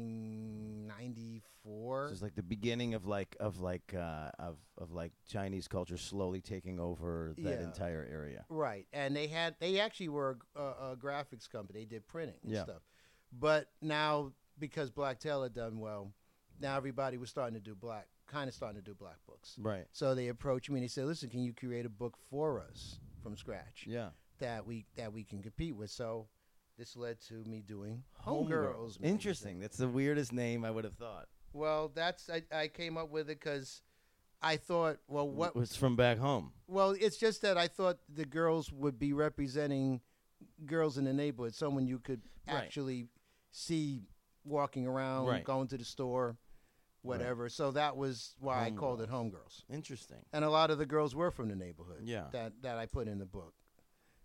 Speaker 2: talking ninety
Speaker 1: So
Speaker 2: four.
Speaker 1: it's like the beginning of like of like uh, of of like Chinese culture slowly taking over that
Speaker 2: Yeah.
Speaker 1: entire area.
Speaker 2: Right, and they had they actually were a, a, a graphics company. They did printing and
Speaker 1: Yeah.
Speaker 2: stuff, but now because Black Tail had done well, now everybody was starting to do black, kind of starting to do black books.
Speaker 1: Right.
Speaker 2: So they approached me and they said, "Listen, can you create a book for us from scratch
Speaker 1: Yeah.
Speaker 2: that we that we can compete with?" So this led to me doing
Speaker 1: Homegirl.
Speaker 2: Homegirls. magazine.
Speaker 1: Interesting. That's the weirdest name I would have thought.
Speaker 2: Well, that's I, I came up with it because I thought, well, what?
Speaker 1: was from back home?
Speaker 2: Well, it's just that I thought the girls would be representing girls in the neighborhood, someone you could
Speaker 1: Right.
Speaker 2: actually see walking around,
Speaker 1: Right.
Speaker 2: going to the store, whatever. So that was why I called it Homegirls.
Speaker 1: Interesting.
Speaker 2: and a lot of the girls were from the neighborhood.
Speaker 1: Yeah.
Speaker 2: that that I put in the book,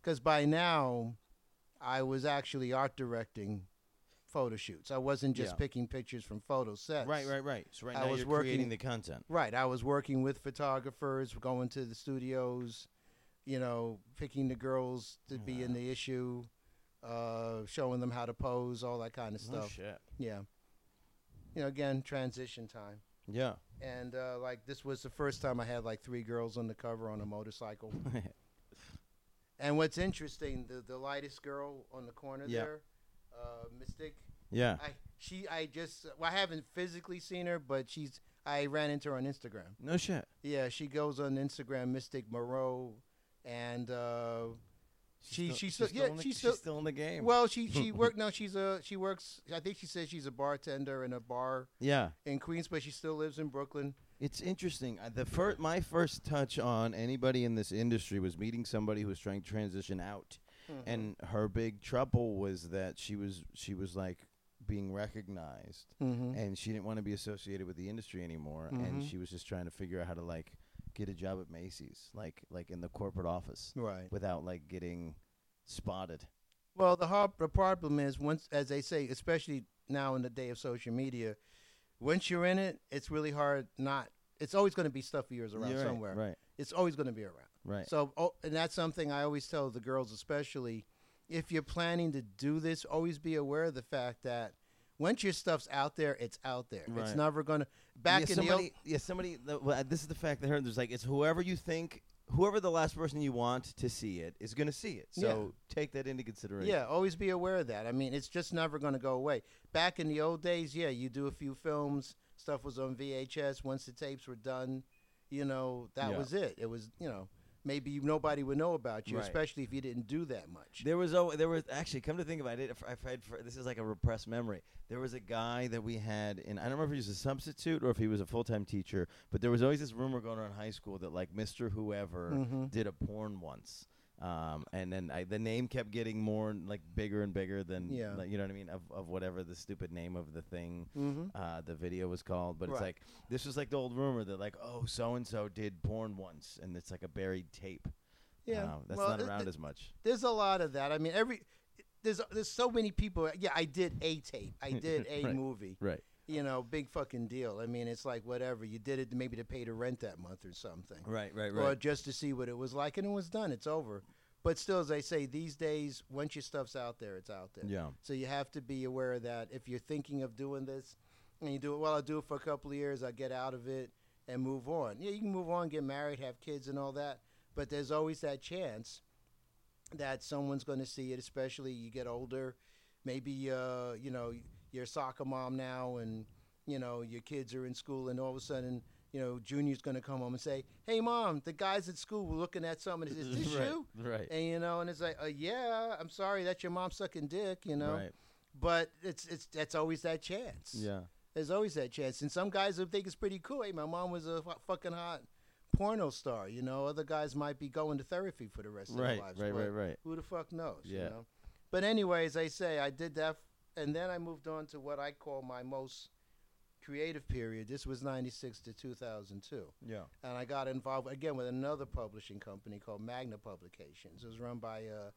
Speaker 2: because by now, I was actually art directing photo shoots. I wasn't just
Speaker 1: Yeah.
Speaker 2: picking pictures from photo sets.
Speaker 1: Right, right, right. So right
Speaker 2: I
Speaker 1: now
Speaker 2: was
Speaker 1: you're
Speaker 2: working-
Speaker 1: creating the content.
Speaker 2: right. I was working with photographers, going to the studios, you know, picking the girls to be in the issue, uh, showing them how to pose, all that kind of
Speaker 1: No
Speaker 2: stuff.
Speaker 1: shit.
Speaker 2: yeah. You know, again, transition time.
Speaker 1: Yeah.
Speaker 2: And uh, like this was the first time I had like three girls on the cover on a motorcycle. And what's interesting, the the lightest girl on the corner
Speaker 1: Yeah.
Speaker 2: there, uh, Mystic.
Speaker 1: (laughs) yeah.
Speaker 2: I she I just well, I haven't physically seen her, but she's I ran into her on Instagram.
Speaker 1: No shit.
Speaker 2: Yeah, she goes on Instagram, Mystic Moreau, and uh, she
Speaker 1: still-
Speaker 2: she still,
Speaker 1: still
Speaker 2: yeah
Speaker 1: in the,
Speaker 2: she's still,
Speaker 1: still in the game.
Speaker 2: well she she work no she's a she works I think she says she's a bartender in a bar
Speaker 1: yeah.
Speaker 2: in Queens, but she still lives in Brooklyn.
Speaker 1: It's interesting. Uh, The first, my first touch on anybody in this industry was meeting somebody who was trying to transition out,
Speaker 2: Mm-hmm.
Speaker 1: and her big trouble was that she was she was like being recognized,
Speaker 2: Mm-hmm.
Speaker 1: and she didn't want to be associated with the industry anymore, and
Speaker 2: Mhm.
Speaker 1: she was just trying to figure out how to like get a job at Macy's, like like in the corporate office,
Speaker 2: Right.
Speaker 1: without like getting spotted.
Speaker 2: Well, the hard the problem is once, as they say, especially now in the day of social media, once you're in it, it's really hard not. It's always going to be stuff of yours around
Speaker 1: You're right,
Speaker 2: somewhere.
Speaker 1: Right.
Speaker 2: It's always going to be around.
Speaker 1: Right.
Speaker 2: So, oh, and that's something I always tell the girls, especially if you're planning to do this, always be aware of the fact that once your stuff's out there, it's out there. It's
Speaker 1: Right.
Speaker 2: never going to back
Speaker 1: yeah,
Speaker 2: in
Speaker 1: somebody,
Speaker 2: the old,
Speaker 1: yeah, somebody. the- well, uh, This is the fact that I heard. There's like it's whoever you think, whoever the last person you want to see it is going to see it. So take that into consideration.
Speaker 2: Yeah, always be aware of that. I mean, it's just never going to go away. Back in the old days, yeah, you do a few films, stuff was on VHS. Once the tapes were done, you know, that
Speaker 1: Yeah.
Speaker 2: was it. It was, you know, maybe nobody would know about you,
Speaker 1: Right.
Speaker 2: especially if you didn't do that much.
Speaker 1: There was oh, there was actually come to think about it. If I had this is like a repressed memory. There was a guy that we had, and I don't remember if he was a substitute or if he was a full time teacher. But there was always this rumor going around high school that like Mister Whoever
Speaker 2: Mhm.
Speaker 1: did a porn once. Um, and then I, the name kept getting more like bigger and bigger than
Speaker 2: Yeah.
Speaker 1: like, you know what I mean of, of whatever the stupid name of the thing
Speaker 2: Mhm.
Speaker 1: uh, the video was called. But it's
Speaker 2: Right.
Speaker 1: like this was like the old rumor that like oh so and so did porn once, and it's like a buried tape.
Speaker 2: Yeah.
Speaker 1: Uh, that's
Speaker 2: Well,
Speaker 1: not
Speaker 2: it-
Speaker 1: around
Speaker 2: it-
Speaker 1: as much.
Speaker 2: There's a lot of that. I mean, every there's there's so many people. Yeah, I did a tape.
Speaker 1: (laughs)
Speaker 2: I did a
Speaker 1: Right.
Speaker 2: movie.
Speaker 1: Right.
Speaker 2: You know, big fucking deal. I mean, it's like whatever. You did it maybe to pay the rent that month or something.
Speaker 1: Right. Right.
Speaker 2: or just to see what it was like, and it was done. It's over. But still, as I say, these days, once your stuff's out there, it's out there.
Speaker 1: Yeah.
Speaker 2: So you have to be aware of that. If you're thinking of doing this, and you do it, well, I'll do it for a couple of years. I get out of it and move on. Yeah, you can move on, get married, have kids, and all that. But there's always that chance that someone's going to see it, especially you get older. Maybe uh, you know you're a soccer mom now, and you know your kids are in school, and all of a sudden you know Junior's going to come home and say, "Hey, mom, the guys at school were looking at something. Is this
Speaker 1: (laughs) right,
Speaker 2: you?"
Speaker 1: Right.
Speaker 2: And you know, and it's like, uh, "Yeah, I'm sorry, that's your mom sucking dick," you know.
Speaker 1: Right.
Speaker 2: But it's it's that's always that chance.
Speaker 1: Yeah.
Speaker 2: There's always that chance, and some guys would think it's pretty cool. Hey, my mom was a fu- fucking hot porno star. You know, other guys might be going to therapy for the rest of
Speaker 1: Right.
Speaker 2: their lives.
Speaker 1: Right.
Speaker 2: but
Speaker 1: Right. Right.
Speaker 2: who the fuck knows? You
Speaker 1: Yeah.
Speaker 2: know? But anyways, I say I did that, f- and then I moved on to what I call my most creative period. This was '96 to 2002,
Speaker 1: Yeah.
Speaker 2: and I got involved again with another publishing company called Magna Publications. It was run by a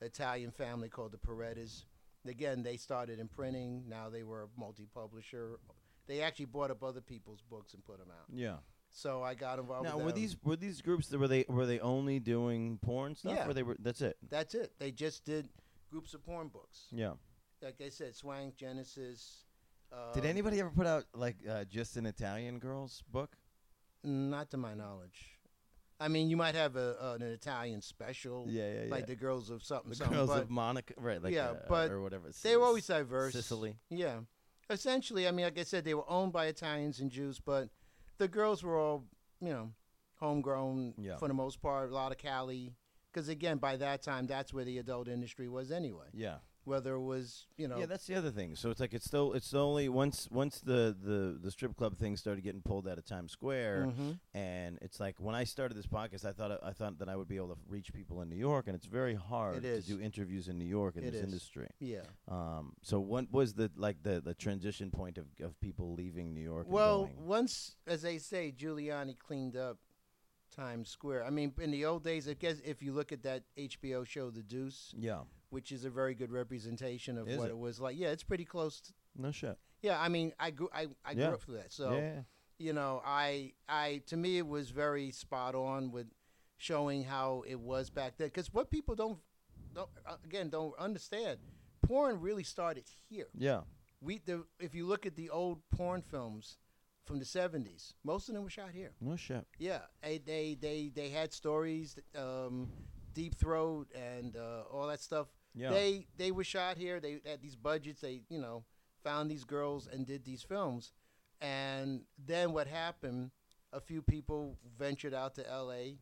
Speaker 2: Italian family called the Paredes. Again, they started in printing. Now they were a multi-publisher. They actually bought up other people's books and put them out.
Speaker 1: Yeah.
Speaker 2: So I got involved.
Speaker 1: Now
Speaker 2: with
Speaker 1: were
Speaker 2: them.
Speaker 1: these were these groups that were they were they only doing porn stuff?
Speaker 2: Yeah.
Speaker 1: Or they were that's it.
Speaker 2: That's it. They just did groups of porn books.
Speaker 1: Yeah.
Speaker 2: like I said, Swank, Genesis. Uh,
Speaker 1: Did anybody ever put out like uh, just an Italian girls book?
Speaker 2: Not to my knowledge. I mean, you might have a, an Italian special,
Speaker 1: Yeah. Yeah.
Speaker 2: like the girls of something.
Speaker 1: The
Speaker 2: something,
Speaker 1: girls
Speaker 2: but
Speaker 1: of Monaco, right? Like
Speaker 2: Yeah,
Speaker 1: uh,
Speaker 2: but
Speaker 1: or whatever.
Speaker 2: they were
Speaker 1: Sis-
Speaker 2: always diverse.
Speaker 1: Sicily.
Speaker 2: Yeah, essentially. I mean, like I said, they were owned by Italians and Jews, but the girls were all, you know, homegrown
Speaker 1: Yeah.
Speaker 2: for the most part. A lot of Cali, because again, by that time, that's where the adult industry was anyway.
Speaker 1: Yeah.
Speaker 2: Whether it was, you know,
Speaker 1: Yeah, that's the other thing. So it's like it's still it's only once once the the the strip club thing started getting pulled out of Times Square,
Speaker 2: Mhm.
Speaker 1: and it's like when I started this podcast, I thought I thought that I would be able to reach people in New York, and it's very hard to
Speaker 2: is.
Speaker 1: do interviews in New York in
Speaker 2: It
Speaker 1: this
Speaker 2: is.
Speaker 1: industry.
Speaker 2: yeah.
Speaker 1: Um, so what was the like the the transition point of of people leaving New York? and
Speaker 2: Well,
Speaker 1: going?
Speaker 2: once, as they say, Giuliani cleaned up Times Square. I mean, in the old days, I guess if you look at that HBO show, The Deuce,
Speaker 1: yeah,
Speaker 2: which is a very good representation of
Speaker 1: Is
Speaker 2: what
Speaker 1: it?
Speaker 2: it? was like. Yeah, it's pretty close. To,
Speaker 1: no shit.
Speaker 2: yeah, I mean, I grew, I, I
Speaker 1: Yeah.
Speaker 2: grew up through that, so
Speaker 1: yeah,
Speaker 2: you know, I, I, to me, it was very spot on with showing how it was back then. Because what people don't, don't uh, again don't understand, porn really started here.
Speaker 1: Yeah.
Speaker 2: We the, if you look at the old porn films from the '70s, most of them were shot here.
Speaker 1: No shit.
Speaker 2: Yeah, they they they, they had stories, um, Deep Throat and uh, all that stuff.
Speaker 1: Yeah.
Speaker 2: They they were shot here. They had these budgets. They you know found these girls and did these films, and then what happened? A few people ventured out to L.A.,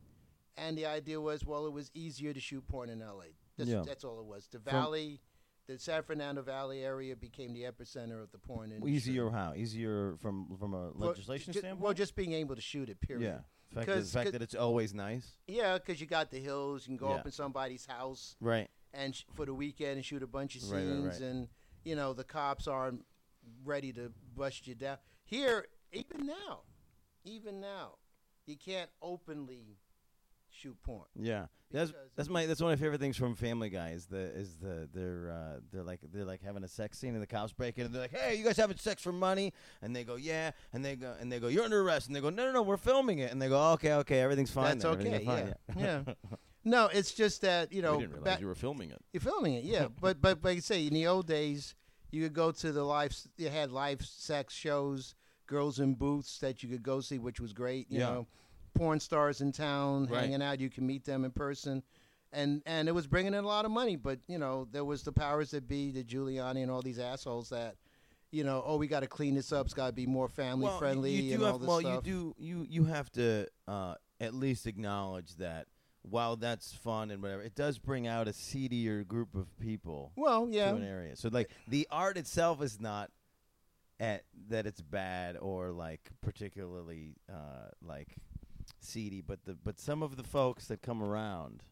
Speaker 2: and the idea was, well, it was easier to shoot porn in L.A. That's,
Speaker 1: Yeah.
Speaker 2: that's all it was. The Valley, the San Fernando Valley area became the epicenter of the porn industry.
Speaker 1: Easier how? Easier from from a
Speaker 2: Well,
Speaker 1: legislation
Speaker 2: ju-
Speaker 1: standpoint.
Speaker 2: Well, just being able to shoot it. Period.
Speaker 1: yeah. Fact that- the
Speaker 2: Because-
Speaker 1: fact
Speaker 2: c-
Speaker 1: that it's always nice.
Speaker 2: Yeah, because you got the hills. You can go
Speaker 1: Yeah.
Speaker 2: up in somebody's house
Speaker 1: Right.
Speaker 2: and sh- for the weekend and shoot a bunch of scenes,
Speaker 1: Right, right, right.
Speaker 2: and you know the cops aren't ready to bust you down. Here, even now, even now, you can't openly shoot porn.
Speaker 1: Yeah, that's
Speaker 2: Because-
Speaker 1: that's my that's one of my favorite things from Family Guy is the is the they're uh, they're like they're like having a sex scene and the cops break in and they're like, hey, you guys having sex for money? And they go, yeah, and they go and they go, you're under arrest, and they go, no, no, no, we're filming it, and they go, okay, okay, everything's fine.
Speaker 2: That's
Speaker 1: then,
Speaker 2: okay.
Speaker 1: everything's fine,
Speaker 2: yeah.
Speaker 1: (laughs)
Speaker 2: yeah. No, it's just that you know
Speaker 1: we didn't realize
Speaker 2: back-
Speaker 1: you were filming it.
Speaker 2: You're filming
Speaker 1: (laughs)
Speaker 2: it, yeah. but but like I say, in the old days, you could go to the live. You had live sex shows, girls in booths that you could go see, which was great. You
Speaker 1: Yeah.
Speaker 2: know, porn stars in town
Speaker 1: Right.
Speaker 2: hanging out. You can meet them in person, and and it was bringing in a lot of money. But you know, there was the powers that be, the Giuliani and all these assholes that. You know, oh, we got to clean this up. It's got to be more family
Speaker 1: well, you-
Speaker 2: friendly
Speaker 1: you do
Speaker 2: and
Speaker 1: have,
Speaker 2: all this
Speaker 1: well,
Speaker 2: stuff.
Speaker 1: you do you you have to uh, at least acknowledge that while that's fun and whatever, it does bring out a seedier group of people.
Speaker 2: well, yeah,
Speaker 1: to an area. So like the art itself is not at that it's bad or like particularly uh, like seedy, but the but some of the folks that come around.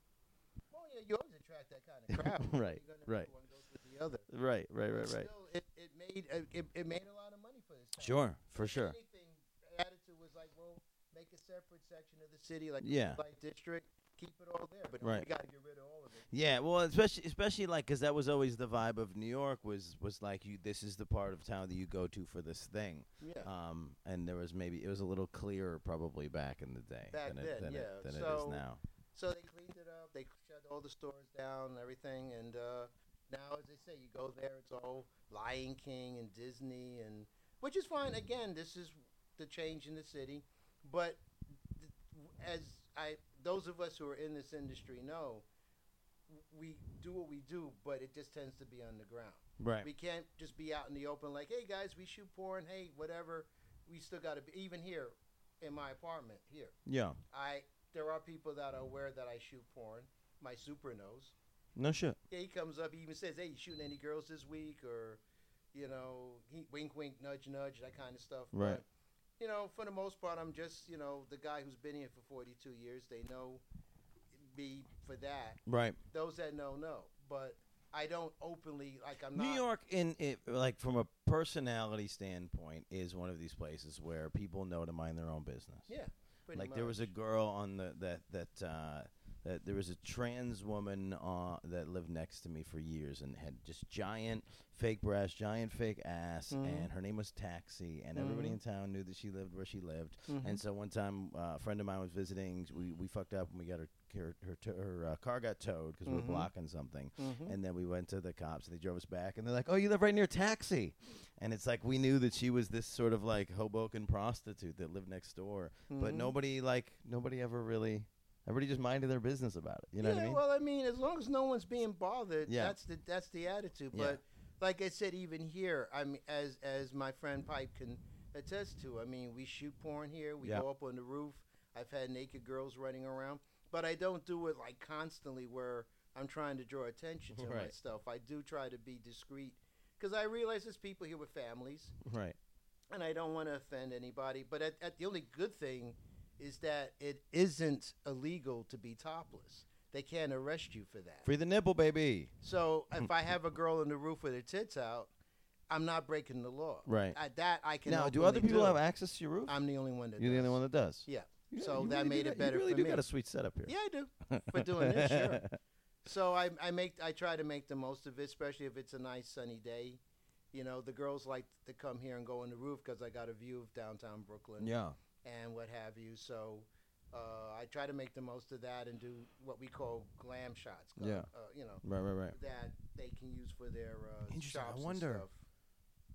Speaker 2: Well, Oh, yeah, you always attract that kind of
Speaker 1: (laughs)
Speaker 2: crowd.
Speaker 1: Right,
Speaker 2: You're gonna-
Speaker 1: right.
Speaker 2: One goes with the other.
Speaker 1: Right, right,
Speaker 2: But
Speaker 1: right, right.
Speaker 2: Still, it, it made uh, it, it made a lot of money for this. Town.
Speaker 1: Sure, for
Speaker 2: If
Speaker 1: sure.
Speaker 2: Anything, the attitude was like, well, make a separate section of the city, like
Speaker 1: Yeah.
Speaker 2: a light district, keep it all there, but
Speaker 1: Right.
Speaker 2: we got to get rid of all of it.
Speaker 1: Yeah, well, especially especially like because that was always the vibe of New York was was like you. This is the part of town that you go to for this thing.
Speaker 2: Yeah.
Speaker 1: Um, and there was maybe it was a little clearer probably back in the day
Speaker 2: Back
Speaker 1: than it,
Speaker 2: then,
Speaker 1: than, it,
Speaker 2: yeah.
Speaker 1: than it is
Speaker 2: So-
Speaker 1: now.
Speaker 2: so they cleaned it up. They shut all the stores down and everything. And uh, now, as they say, you go there, it's all Lion King and Disney, and which is fine. Again, this is the change in the city, but th- as I, those of us who are in this industry know, w- we do what we do, but it just tends to be underground.
Speaker 1: Right.
Speaker 2: We can't just be out in the open like, hey guys, we shoot porn. Hey, whatever. We still got to be even here in my apartment here.
Speaker 1: Yeah.
Speaker 2: I there are people that are aware that I shoot porn. My super knows.
Speaker 1: No shit.
Speaker 2: Yeah, he comes up. He even says, "Hey, you shooting any girls this week?" Or, you know, he, wink, wink, nudge, nudge, that kind of stuff.
Speaker 1: Right.
Speaker 2: But, you know, for the most part, I'm just you know the guy who's been here for 42 years. They know me for that.
Speaker 1: Right.
Speaker 2: Those that know know, but I don't openly like I'm
Speaker 1: New
Speaker 2: not.
Speaker 1: York, in it, like from a personality standpoint, is one of these places where people know to mind their own business.
Speaker 2: Yeah. pretty
Speaker 1: like there was a
Speaker 2: much.
Speaker 1: girl on the that that uh, that there was a trans woman uh, that lived next to me for years and had just giant fake breasts, giant fake ass,
Speaker 2: Mhm.
Speaker 1: and her name was Taxi, and everybody
Speaker 2: Mhm.
Speaker 1: in town knew that she lived where she lived.
Speaker 2: Mhm.
Speaker 1: And so one time, uh, a friend of mine was visiting. We, we fucked up and we got her her her, to- her uh, car got towed because we
Speaker 2: Mhm.
Speaker 1: were blocking something.
Speaker 2: Mhm.
Speaker 1: And then we went to the cops and they drove us back and they're like, "Oh, you live right near Taxi," and it's like we knew that she was this sort of like Hoboken prostitute that lived next door, but
Speaker 2: Mhm.
Speaker 1: nobody like nobody ever really. Everybody just minded their business about it. You know
Speaker 2: yeah,
Speaker 1: what I mean?
Speaker 2: well, I mean, as long as no one's being bothered,
Speaker 1: Yeah.
Speaker 2: that's the that's the attitude.
Speaker 1: Yeah.
Speaker 2: But like I said, even here, I mean, as as my friend Pipe can attest to, I mean, we shoot porn here. We
Speaker 1: Yeah.
Speaker 2: go up on the roof. I've had naked girls running around, but I don't do it like constantly where I'm trying to draw attention to
Speaker 1: Right.
Speaker 2: myself. I do try to be discreet because I realize there's people here with families
Speaker 1: right.
Speaker 2: and I don't want to offend anybody. But at, at the only good thing is that it isn't illegal to be topless. They can't arrest you for that.
Speaker 1: Free the nipple, baby.
Speaker 2: So if I have a girl on the roof with her tits out, I'm not breaking the law.
Speaker 1: Right.
Speaker 2: I, that I can.
Speaker 1: now, do
Speaker 2: openly
Speaker 1: other people
Speaker 2: do.
Speaker 1: have access to your roof?
Speaker 2: I'm the only one that.
Speaker 1: You're the
Speaker 2: does.
Speaker 1: only one that does.
Speaker 2: Yeah.
Speaker 1: You-
Speaker 2: So
Speaker 1: you
Speaker 2: that
Speaker 1: really do
Speaker 2: made it better
Speaker 1: You really
Speaker 2: for
Speaker 1: do
Speaker 2: me.
Speaker 1: got a sweet setup here.
Speaker 2: Yeah, I do. for doing this, sure.
Speaker 1: (laughs)
Speaker 2: So I, I make I try to make the most of it, especially if it's a nice sunny day. You know, the girls like to come here and go on the roof because I got a view of downtown Brooklyn.
Speaker 1: Yeah.
Speaker 2: and what have you. So Uh, I try to make the most of that and do what we call glam shots. uh,
Speaker 1: Yeah.
Speaker 2: Uh, you know
Speaker 1: Right, right, right.
Speaker 2: that they can use for their uh,
Speaker 1: Interesting. I
Speaker 2: shops
Speaker 1: wonder.
Speaker 2: and stuff.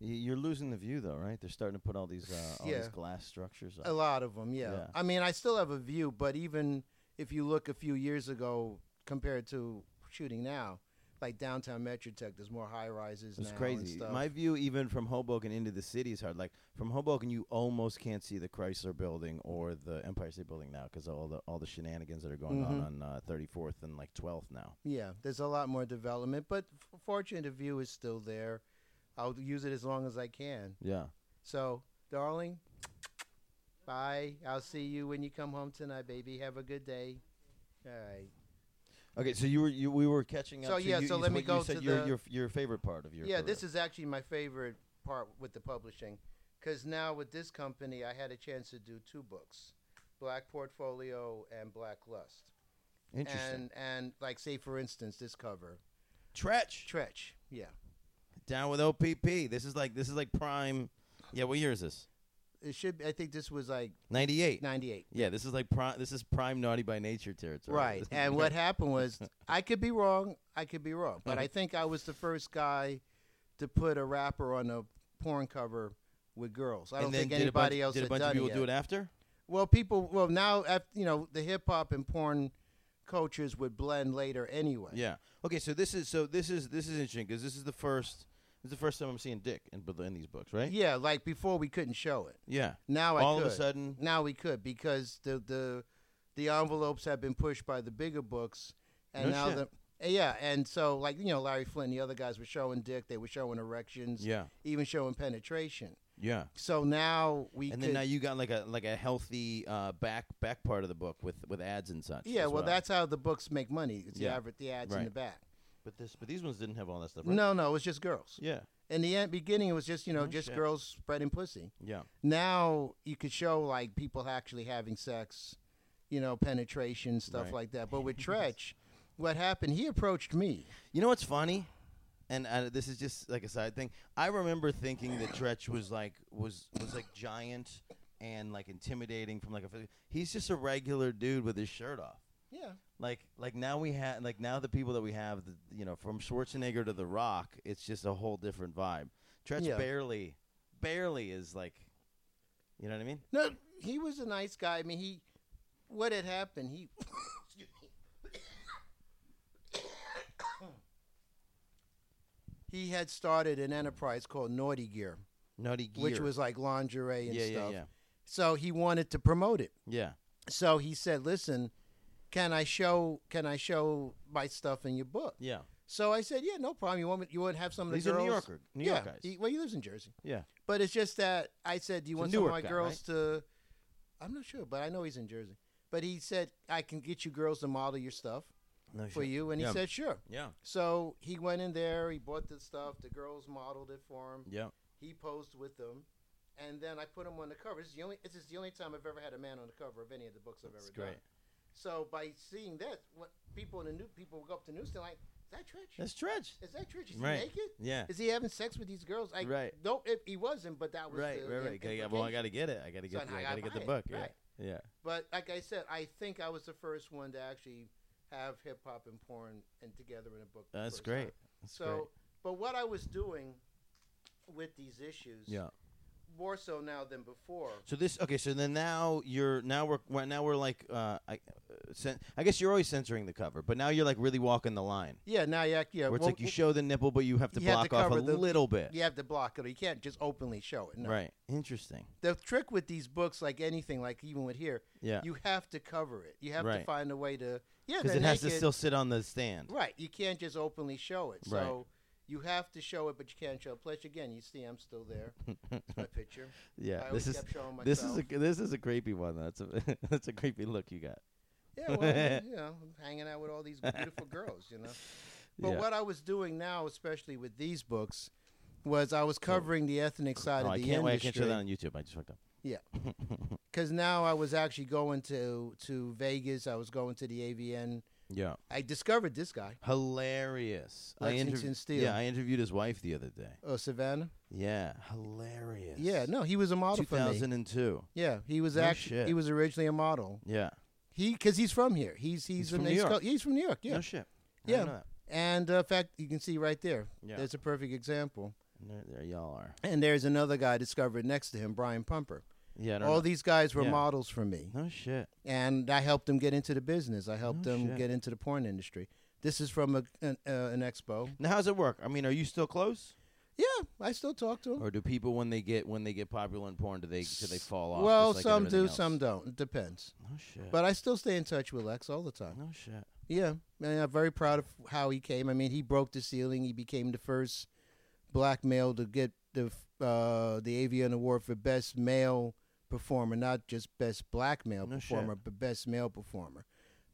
Speaker 1: Y- You're losing the view though, right? They're starting to put all these uh, all
Speaker 2: Yeah.
Speaker 1: these glass structures
Speaker 2: A
Speaker 1: up.
Speaker 2: lot of them, yeah.
Speaker 1: Yeah.
Speaker 2: I mean, I still have a view, but even if you look a few years ago compared to shooting now, like downtown Metrotech, there's more high rises
Speaker 1: It's
Speaker 2: now. And
Speaker 1: crazy.
Speaker 2: stuff.
Speaker 1: My view, even from Hoboken into the city, is hard. Like from Hoboken, you almost can't see the Chrysler Building or the Empire State Building now because all the all the shenanigans that are going
Speaker 2: Mm-hmm.
Speaker 1: on on uh, 34th and like 12th now.
Speaker 2: yeah, there's a lot more development, but f- fortunately, the view is still there. I'll use it as long as I can.
Speaker 1: Yeah.
Speaker 2: So, darling, bye. I'll see you when you come home tonight, baby. Have a good day. All right.
Speaker 1: Okay, so you were you, we were catching up.
Speaker 2: So,
Speaker 1: to
Speaker 2: yeah,
Speaker 1: you,
Speaker 2: so
Speaker 1: you-
Speaker 2: let me
Speaker 1: what you
Speaker 2: go
Speaker 1: said
Speaker 2: to
Speaker 1: your,
Speaker 2: the-
Speaker 1: your your favorite part of your
Speaker 2: yeah this is actually my favorite part with the publishing because now with this company i had a chance to do two books black portfolio and black lust
Speaker 1: interesting.
Speaker 2: and and like say for instance this cover
Speaker 1: Tretch
Speaker 2: tretch yeah
Speaker 1: down with OPP. This is like this is like prime. Yeah, what year is this?
Speaker 2: it should be, i think this was like
Speaker 1: 98.
Speaker 2: 98
Speaker 1: Yeah, this is like prime. This is prime naughty by nature territory. (laughs)
Speaker 2: right
Speaker 1: This is
Speaker 2: and what happened was i could be wrong i could be wrong but i
Speaker 1: Okay.
Speaker 2: think i was the first guy to put a rapper on a porn cover with girls i don't
Speaker 1: and then
Speaker 2: think
Speaker 1: did a bunch-
Speaker 2: anybody else
Speaker 1: did
Speaker 2: had
Speaker 1: a bunch
Speaker 2: done
Speaker 1: of people
Speaker 2: it
Speaker 1: do
Speaker 2: yet.
Speaker 1: it after?
Speaker 2: Well, people, well now, af- you know, the hip hop and porn cultures would blend later anyway.
Speaker 1: Yeah. Okay. So this is so this is this is interesting because this is the first this is the first time I'm seeing dick in in these books, right?
Speaker 2: Yeah, like before we couldn't show it.
Speaker 1: Yeah.
Speaker 2: Now I
Speaker 1: All
Speaker 2: could.
Speaker 1: of a sudden,
Speaker 2: now we could because the the the envelopes have been pushed by the bigger books,
Speaker 1: No
Speaker 2: and now
Speaker 1: shit.
Speaker 2: the yeah, and so like you know, Larry Flint, and the other guys were showing dick, they were showing erections,
Speaker 1: yeah,
Speaker 2: even showing penetration.
Speaker 1: yeah.
Speaker 2: So now we
Speaker 1: And
Speaker 2: could,
Speaker 1: then now you got like a like a healthy uh, back back part of the book with with ads and such.
Speaker 2: yeah,
Speaker 1: as
Speaker 2: well, that's how the books make money. It's
Speaker 1: Yeah.
Speaker 2: the average, the ads in
Speaker 1: Right.
Speaker 2: the back.
Speaker 1: but this but these ones didn't have all that stuff. Right?
Speaker 2: No, no, it's just girls.
Speaker 1: Yeah.
Speaker 2: In the end, beginning, it was just you know
Speaker 1: Oh,
Speaker 2: just
Speaker 1: shit.
Speaker 2: girls spreading pussy.
Speaker 1: Yeah.
Speaker 2: Now you could show like people actually having sex, you know, penetration stuff
Speaker 1: Right.
Speaker 2: like that. But
Speaker 1: (laughs)
Speaker 2: with Tretch, what happened? He approached me.
Speaker 1: You know what's funny? And uh, this is just like a side thing. I remember thinking that Tretch was like was was like giant and like intimidating from like a. phy- He's just a regular dude with his shirt off.
Speaker 2: Yeah,
Speaker 1: Like like now we have like now the people that we have the, you know from Schwarzenegger to The Rock, it's just a whole different vibe. Tretch
Speaker 2: Yeah.
Speaker 1: barely barely is like, you know what I mean?
Speaker 2: no, he was a nice guy. I mean, he what had happened? He (coughs) excuse me. he had started an enterprise called Naughty Gear,
Speaker 1: Nutty gear.
Speaker 2: which was like lingerie and
Speaker 1: yeah yeah
Speaker 2: stuff.
Speaker 1: yeah
Speaker 2: So he wanted to promote it.
Speaker 1: yeah.
Speaker 2: so he said, "Listen, can I show can I show my stuff in your book?"
Speaker 1: Yeah.
Speaker 2: So I said, "Yeah, no problem. You want me, you want to have some of the
Speaker 1: These are
Speaker 2: girls?"
Speaker 1: New Yorker, New
Speaker 2: yeah,
Speaker 1: York guys.
Speaker 2: He, well, he lives in Jersey,
Speaker 1: yeah.
Speaker 2: but it's just that I said, "Do you
Speaker 1: He's a
Speaker 2: want some of
Speaker 1: Newark
Speaker 2: my
Speaker 1: guy,
Speaker 2: girls to?" I'm not sure, but I know he's in Jersey. But he said, "I can get you girls to model your stuff
Speaker 1: No
Speaker 2: for
Speaker 1: shit.
Speaker 2: you," and he
Speaker 1: Yeah.
Speaker 2: said, "Sure."
Speaker 1: Yeah.
Speaker 2: So he went in there, he bought the stuff, the girls modeled it for him,
Speaker 1: Yeah.
Speaker 2: he posed with them. And then I put him on the cover. This is the only. This is the only time I've ever had a man on the cover of any of the books I've
Speaker 1: That's
Speaker 2: ever done.
Speaker 1: great.
Speaker 2: So by seeing that, what people in the new people would go up to news, they're like, "Is that Tritch?
Speaker 1: That's Tretch.
Speaker 2: is that Tritch? Is
Speaker 1: Right.
Speaker 2: he naked?
Speaker 1: Yeah.
Speaker 2: Is he having sex with these girls?" Like,
Speaker 1: Right.
Speaker 2: No, it, he wasn't. But that was
Speaker 1: Right,
Speaker 2: the
Speaker 1: right, right.
Speaker 2: im-
Speaker 1: Gotta get- well, I
Speaker 2: implication.
Speaker 1: gotta get it. I gotta get. the,
Speaker 2: now
Speaker 1: I
Speaker 2: I
Speaker 1: gotta
Speaker 2: gotta
Speaker 1: get the
Speaker 2: buy it.
Speaker 1: book. Yeah,
Speaker 2: Right.
Speaker 1: yeah.
Speaker 2: But like I said, I think I was the first one to actually have hip hop and porn and together in a book. the
Speaker 1: That's
Speaker 2: first
Speaker 1: great.
Speaker 2: time.
Speaker 1: That's
Speaker 2: so, but what I was doing with these issues,
Speaker 1: great. Yeah.
Speaker 2: more so now than before.
Speaker 1: So this. Okay. So then now you're now we're we're- now we're like uh I, uh, cen- I guess you're always censoring the cover, but now you're like really walking the line
Speaker 2: Yeah, now you act, yeah,
Speaker 1: where it's
Speaker 2: well,
Speaker 1: like you show the nipple, but you have to
Speaker 2: you have to
Speaker 1: block off a
Speaker 2: cover the-
Speaker 1: little bit.
Speaker 2: you have to block it. You can't just openly show it. No.
Speaker 1: Right. Interesting.
Speaker 2: The trick with these books, like anything, like even with here,
Speaker 1: Yeah.
Speaker 2: you have to cover it. You have
Speaker 1: Right.
Speaker 2: to find a way to yeah,
Speaker 1: Because
Speaker 2: they're
Speaker 1: it has to
Speaker 2: naked.
Speaker 1: still sit on the stand.
Speaker 2: right. You can't just openly show it. So
Speaker 1: Right.
Speaker 2: you have to show it, but you can't show it. Plus, again, you see, I'm still there. It's my picture.
Speaker 1: (laughs) Yeah.
Speaker 2: I always
Speaker 1: This is
Speaker 2: kept showing myself.
Speaker 1: this (laughs) is a this is a creepy one. though. That's a (laughs) that's a creepy look you got.
Speaker 2: yeah, well, you know, I'm hanging out with all these
Speaker 1: (laughs)
Speaker 2: beautiful girls, you know. But
Speaker 1: Yeah.
Speaker 2: what I was doing now, especially with these books, was I was covering the ethnic side
Speaker 1: Oh,
Speaker 2: of
Speaker 1: I
Speaker 2: the
Speaker 1: can't wait. I
Speaker 2: industry.
Speaker 1: can't show that on YouTube. I just fucked up.
Speaker 2: because now I was actually going to to Vegas. I was going to the AVN.
Speaker 1: (laughs) Yeah.
Speaker 2: I discovered this guy,
Speaker 1: Hilarious.
Speaker 2: Lexington Steele.
Speaker 1: Yeah, I interviewed his wife the other day.
Speaker 2: uh, Savannah.
Speaker 1: Yeah, hilarious.
Speaker 2: Yeah, no, he was a model for me.
Speaker 1: 2002.
Speaker 2: Yeah, he was
Speaker 1: No
Speaker 2: actually
Speaker 1: shit.
Speaker 2: he was originally a model,
Speaker 1: Yeah,
Speaker 2: He because he's from here. He's he's,
Speaker 1: He's from New
Speaker 2: East
Speaker 1: York.
Speaker 2: Co- he's from New York. Yeah.
Speaker 1: No shit. I
Speaker 2: Yeah.
Speaker 1: didn't know that.
Speaker 2: and uh, in fact, you can see right there.
Speaker 1: Yeah.
Speaker 2: There's a perfect example.
Speaker 1: There, there y'all are.
Speaker 2: And there's another guy discovered next to him, Brian Pumper.
Speaker 1: Yeah. I don't
Speaker 2: All
Speaker 1: know.
Speaker 2: these guys were
Speaker 1: Yeah.
Speaker 2: models for me,
Speaker 1: no shit.
Speaker 2: and I helped them get into the business. I helped
Speaker 1: Oh,
Speaker 2: them
Speaker 1: shit.
Speaker 2: get into the porn industry. This is from a, an, uh, an expo.
Speaker 1: Now, how's it work? I mean, are you still close,
Speaker 2: Yeah, I still talk to them.
Speaker 1: or do people when they get when they get popular in porn, do they do they fall off?
Speaker 2: Well,
Speaker 1: just like
Speaker 2: some
Speaker 1: everything
Speaker 2: do,
Speaker 1: else?
Speaker 2: some don't. It depends.
Speaker 1: No shit.
Speaker 2: But I still stay in touch with Lex all the time.
Speaker 1: no shit.
Speaker 2: Yeah, and I'm very proud of how he came. I mean, he broke the ceiling. He became the first black male to get the uh, the Avian Award for best male performer, not just best black male
Speaker 1: No shit.
Speaker 2: performer, but best male performer.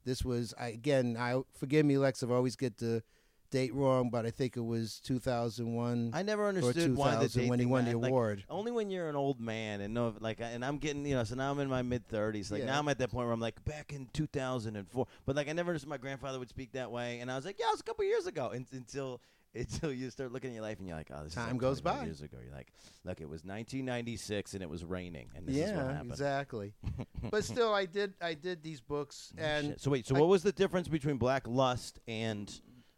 Speaker 2: This was I, again. I forgive me, Lex. I've always get the date wrong, but I think it was 2001
Speaker 1: I never
Speaker 2: or
Speaker 1: understood why the
Speaker 2: 2000
Speaker 1: date
Speaker 2: when he
Speaker 1: thing
Speaker 2: won
Speaker 1: ma-
Speaker 2: the
Speaker 1: like,
Speaker 2: award.
Speaker 1: Only when you're an old man and no, like, I- and I'm getting, you know, so now I'm in my mid 30s. Like,
Speaker 2: Yeah.
Speaker 1: now I'm at that point where I'm like, back in 2004. But, like, I never understood my grandfather would speak that way. And I was like, yeah, it was a couple years ago. And, until (laughs) until you start looking at your life and you're like, oh, this is
Speaker 2: Time
Speaker 1: like
Speaker 2: goes
Speaker 1: 25
Speaker 2: by.
Speaker 1: Years ago. You're like, look, it was 1996 and it was raining. And this is what
Speaker 2: yeah,
Speaker 1: happened. (laughs)
Speaker 2: exactly. but still, I did I did these books
Speaker 1: Oh,
Speaker 2: and
Speaker 1: shit. so, wait, so
Speaker 2: I-
Speaker 1: what was the difference between Black Lust and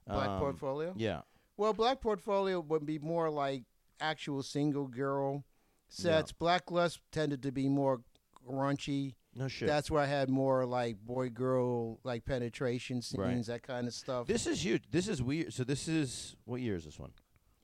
Speaker 2: Black
Speaker 1: um,
Speaker 2: Portfolio.
Speaker 1: Yeah.
Speaker 2: Well, Black Portfolio would be more like actual single girl sets. Black Lust tended to be more raunchy.
Speaker 1: No shit.
Speaker 2: That's where I had more like boy girl like penetration scenes,
Speaker 1: Right.
Speaker 2: that kind of stuff.
Speaker 1: this is huge. This is weird. So, this is, what year is this one?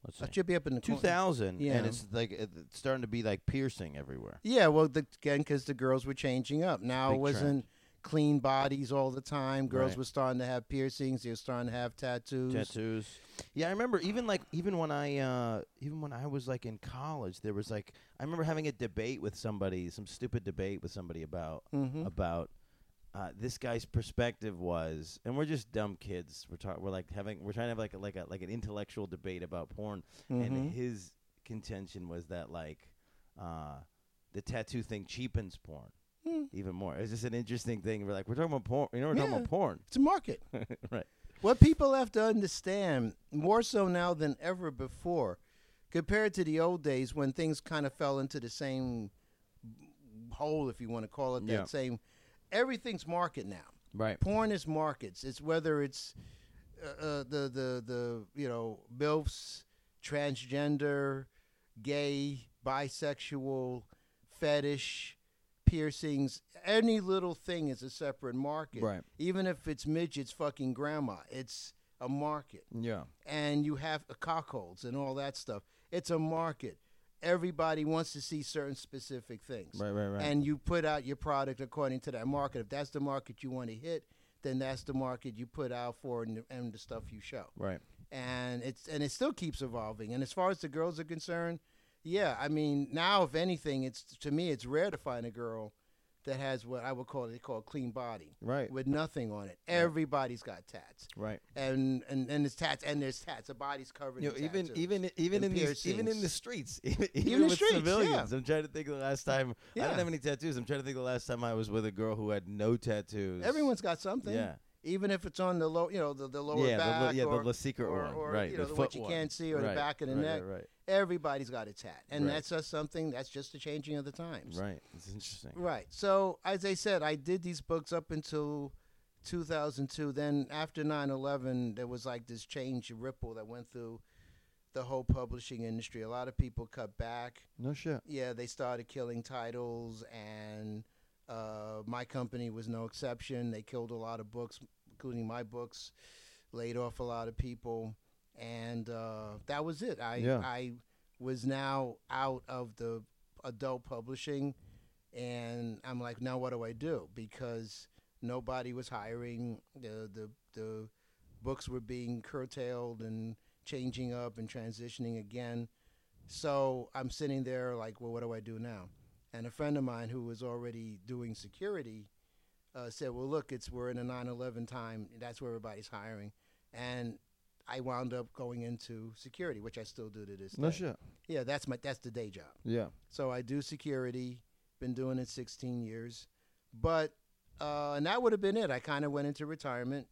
Speaker 1: Let's see.
Speaker 2: I should be up in the corner.
Speaker 1: 2000
Speaker 2: Yeah.
Speaker 1: and it's like it- it's starting to be like piercing everywhere
Speaker 2: Yeah, well, the, again, because the girls were changing up. Now
Speaker 1: Big trend.
Speaker 2: it wasn't clean bodies all the time. Girls
Speaker 1: Right.
Speaker 2: were starting to have piercings. They were starting to have tattoos.
Speaker 1: tattoos yeah i remember even like even when i uh even when i was like in college there was like i remember having a debate with somebody some stupid debate with somebody about
Speaker 2: hmm
Speaker 1: about uh, this guy's perspective was, and we're just dumb kids. We're ta- we're like having we're trying to have like a, like a like an intellectual debate about porn,
Speaker 2: Mm-hmm.
Speaker 1: and his contention was that like uh, the tattoo thing cheapens porn
Speaker 2: Hmm.
Speaker 1: even more. It's just an interesting thing. We're like we're talking about porn. You know, we're talking
Speaker 2: Yeah.
Speaker 1: about
Speaker 2: (laughs)
Speaker 1: porn,
Speaker 2: It's a market.
Speaker 1: right?
Speaker 2: What people have to understand, more so now than ever before, compared to the old days when things kind of fell into the same hole, if you want to call it that,
Speaker 1: Yeah.
Speaker 2: same. Everything's market now.
Speaker 1: Right.
Speaker 2: Porn is markets. It's whether it's uh, uh, the the the you know milfs, transgender, gay, bisexual, fetish, piercings. Any little thing is a separate market
Speaker 1: Right.
Speaker 2: even if it's midgets fucking grandma it's a market
Speaker 1: Yeah.
Speaker 2: and you have uh, cockholds and all that stuff it's a market everybody wants to see certain specific things
Speaker 1: Right. Right. Right.
Speaker 2: and you put out your product according to that market if that's the market you want to hit then that's the market you put out for and the, and the stuff you show
Speaker 1: right.
Speaker 2: and it's and it still keeps evolving and as far as the girls are concerned yeah i mean now if anything it's to me it's rare to find a girl that has what i would call they call a clean body
Speaker 1: Right.
Speaker 2: with nothing on it. Everybody's got tats,
Speaker 1: Right.
Speaker 2: and and and it's tats, and there's tats. The body's covered.
Speaker 1: You know,
Speaker 2: in
Speaker 1: even
Speaker 2: tattoos.
Speaker 1: even even
Speaker 2: and
Speaker 1: in these, even in the
Speaker 2: piercings.
Speaker 1: streets, (laughs) even, even,
Speaker 2: the
Speaker 1: with
Speaker 2: streets,
Speaker 1: civilians. I'm trying to think of the last time. I
Speaker 2: Yeah.
Speaker 1: don't have any tattoos. I'm trying to think of the last time I was with a girl who had no tattoos.
Speaker 2: everyone's got something.
Speaker 1: Yeah.
Speaker 2: Even if it's on the low, you know, the, the lower
Speaker 1: yeah,
Speaker 2: back,
Speaker 1: the, li- yeah,
Speaker 2: or,
Speaker 1: the La Secret
Speaker 2: or-
Speaker 1: one,
Speaker 2: or,
Speaker 1: right?
Speaker 2: you
Speaker 1: the
Speaker 2: know, the
Speaker 1: foot
Speaker 2: what you
Speaker 1: one.
Speaker 2: can't see or the
Speaker 1: Right,
Speaker 2: back of the
Speaker 1: right,
Speaker 2: neck.
Speaker 1: Right,
Speaker 2: everybody's got a tat, and
Speaker 1: Right.
Speaker 2: that's just something that's just the changing of the times.
Speaker 1: right, right. It's interesting.
Speaker 2: Right. So, as I said, I did these books up until 2002. Then, after 9 11, there was like this change ripple that went through the whole publishing industry. A lot of people cut back.
Speaker 1: No shit.
Speaker 2: Yeah, they started killing titles, and uh, my company was no exception. They killed a lot of books, including my books, laid off a lot of people, and uh, that was it. I
Speaker 1: Yeah.
Speaker 2: I was now out of the adult publishing, and I'm like, now what do I do? Because nobody was hiring. The the the books were being curtailed and changing up and transitioning again. So I'm sitting there like, well, what do I do now? And a friend of mine who was already doing security uh, said, well, look, it's we're in a 9/11 time. That's where everybody's hiring, and I wound up going into security, which I still do to this
Speaker 1: No
Speaker 2: day.
Speaker 1: shit.
Speaker 2: Yeah, that's my that's the day job.
Speaker 1: Yeah.
Speaker 2: So I do security. Been doing it 16 years, but uh, and that would have been it. I kind of went into retirement,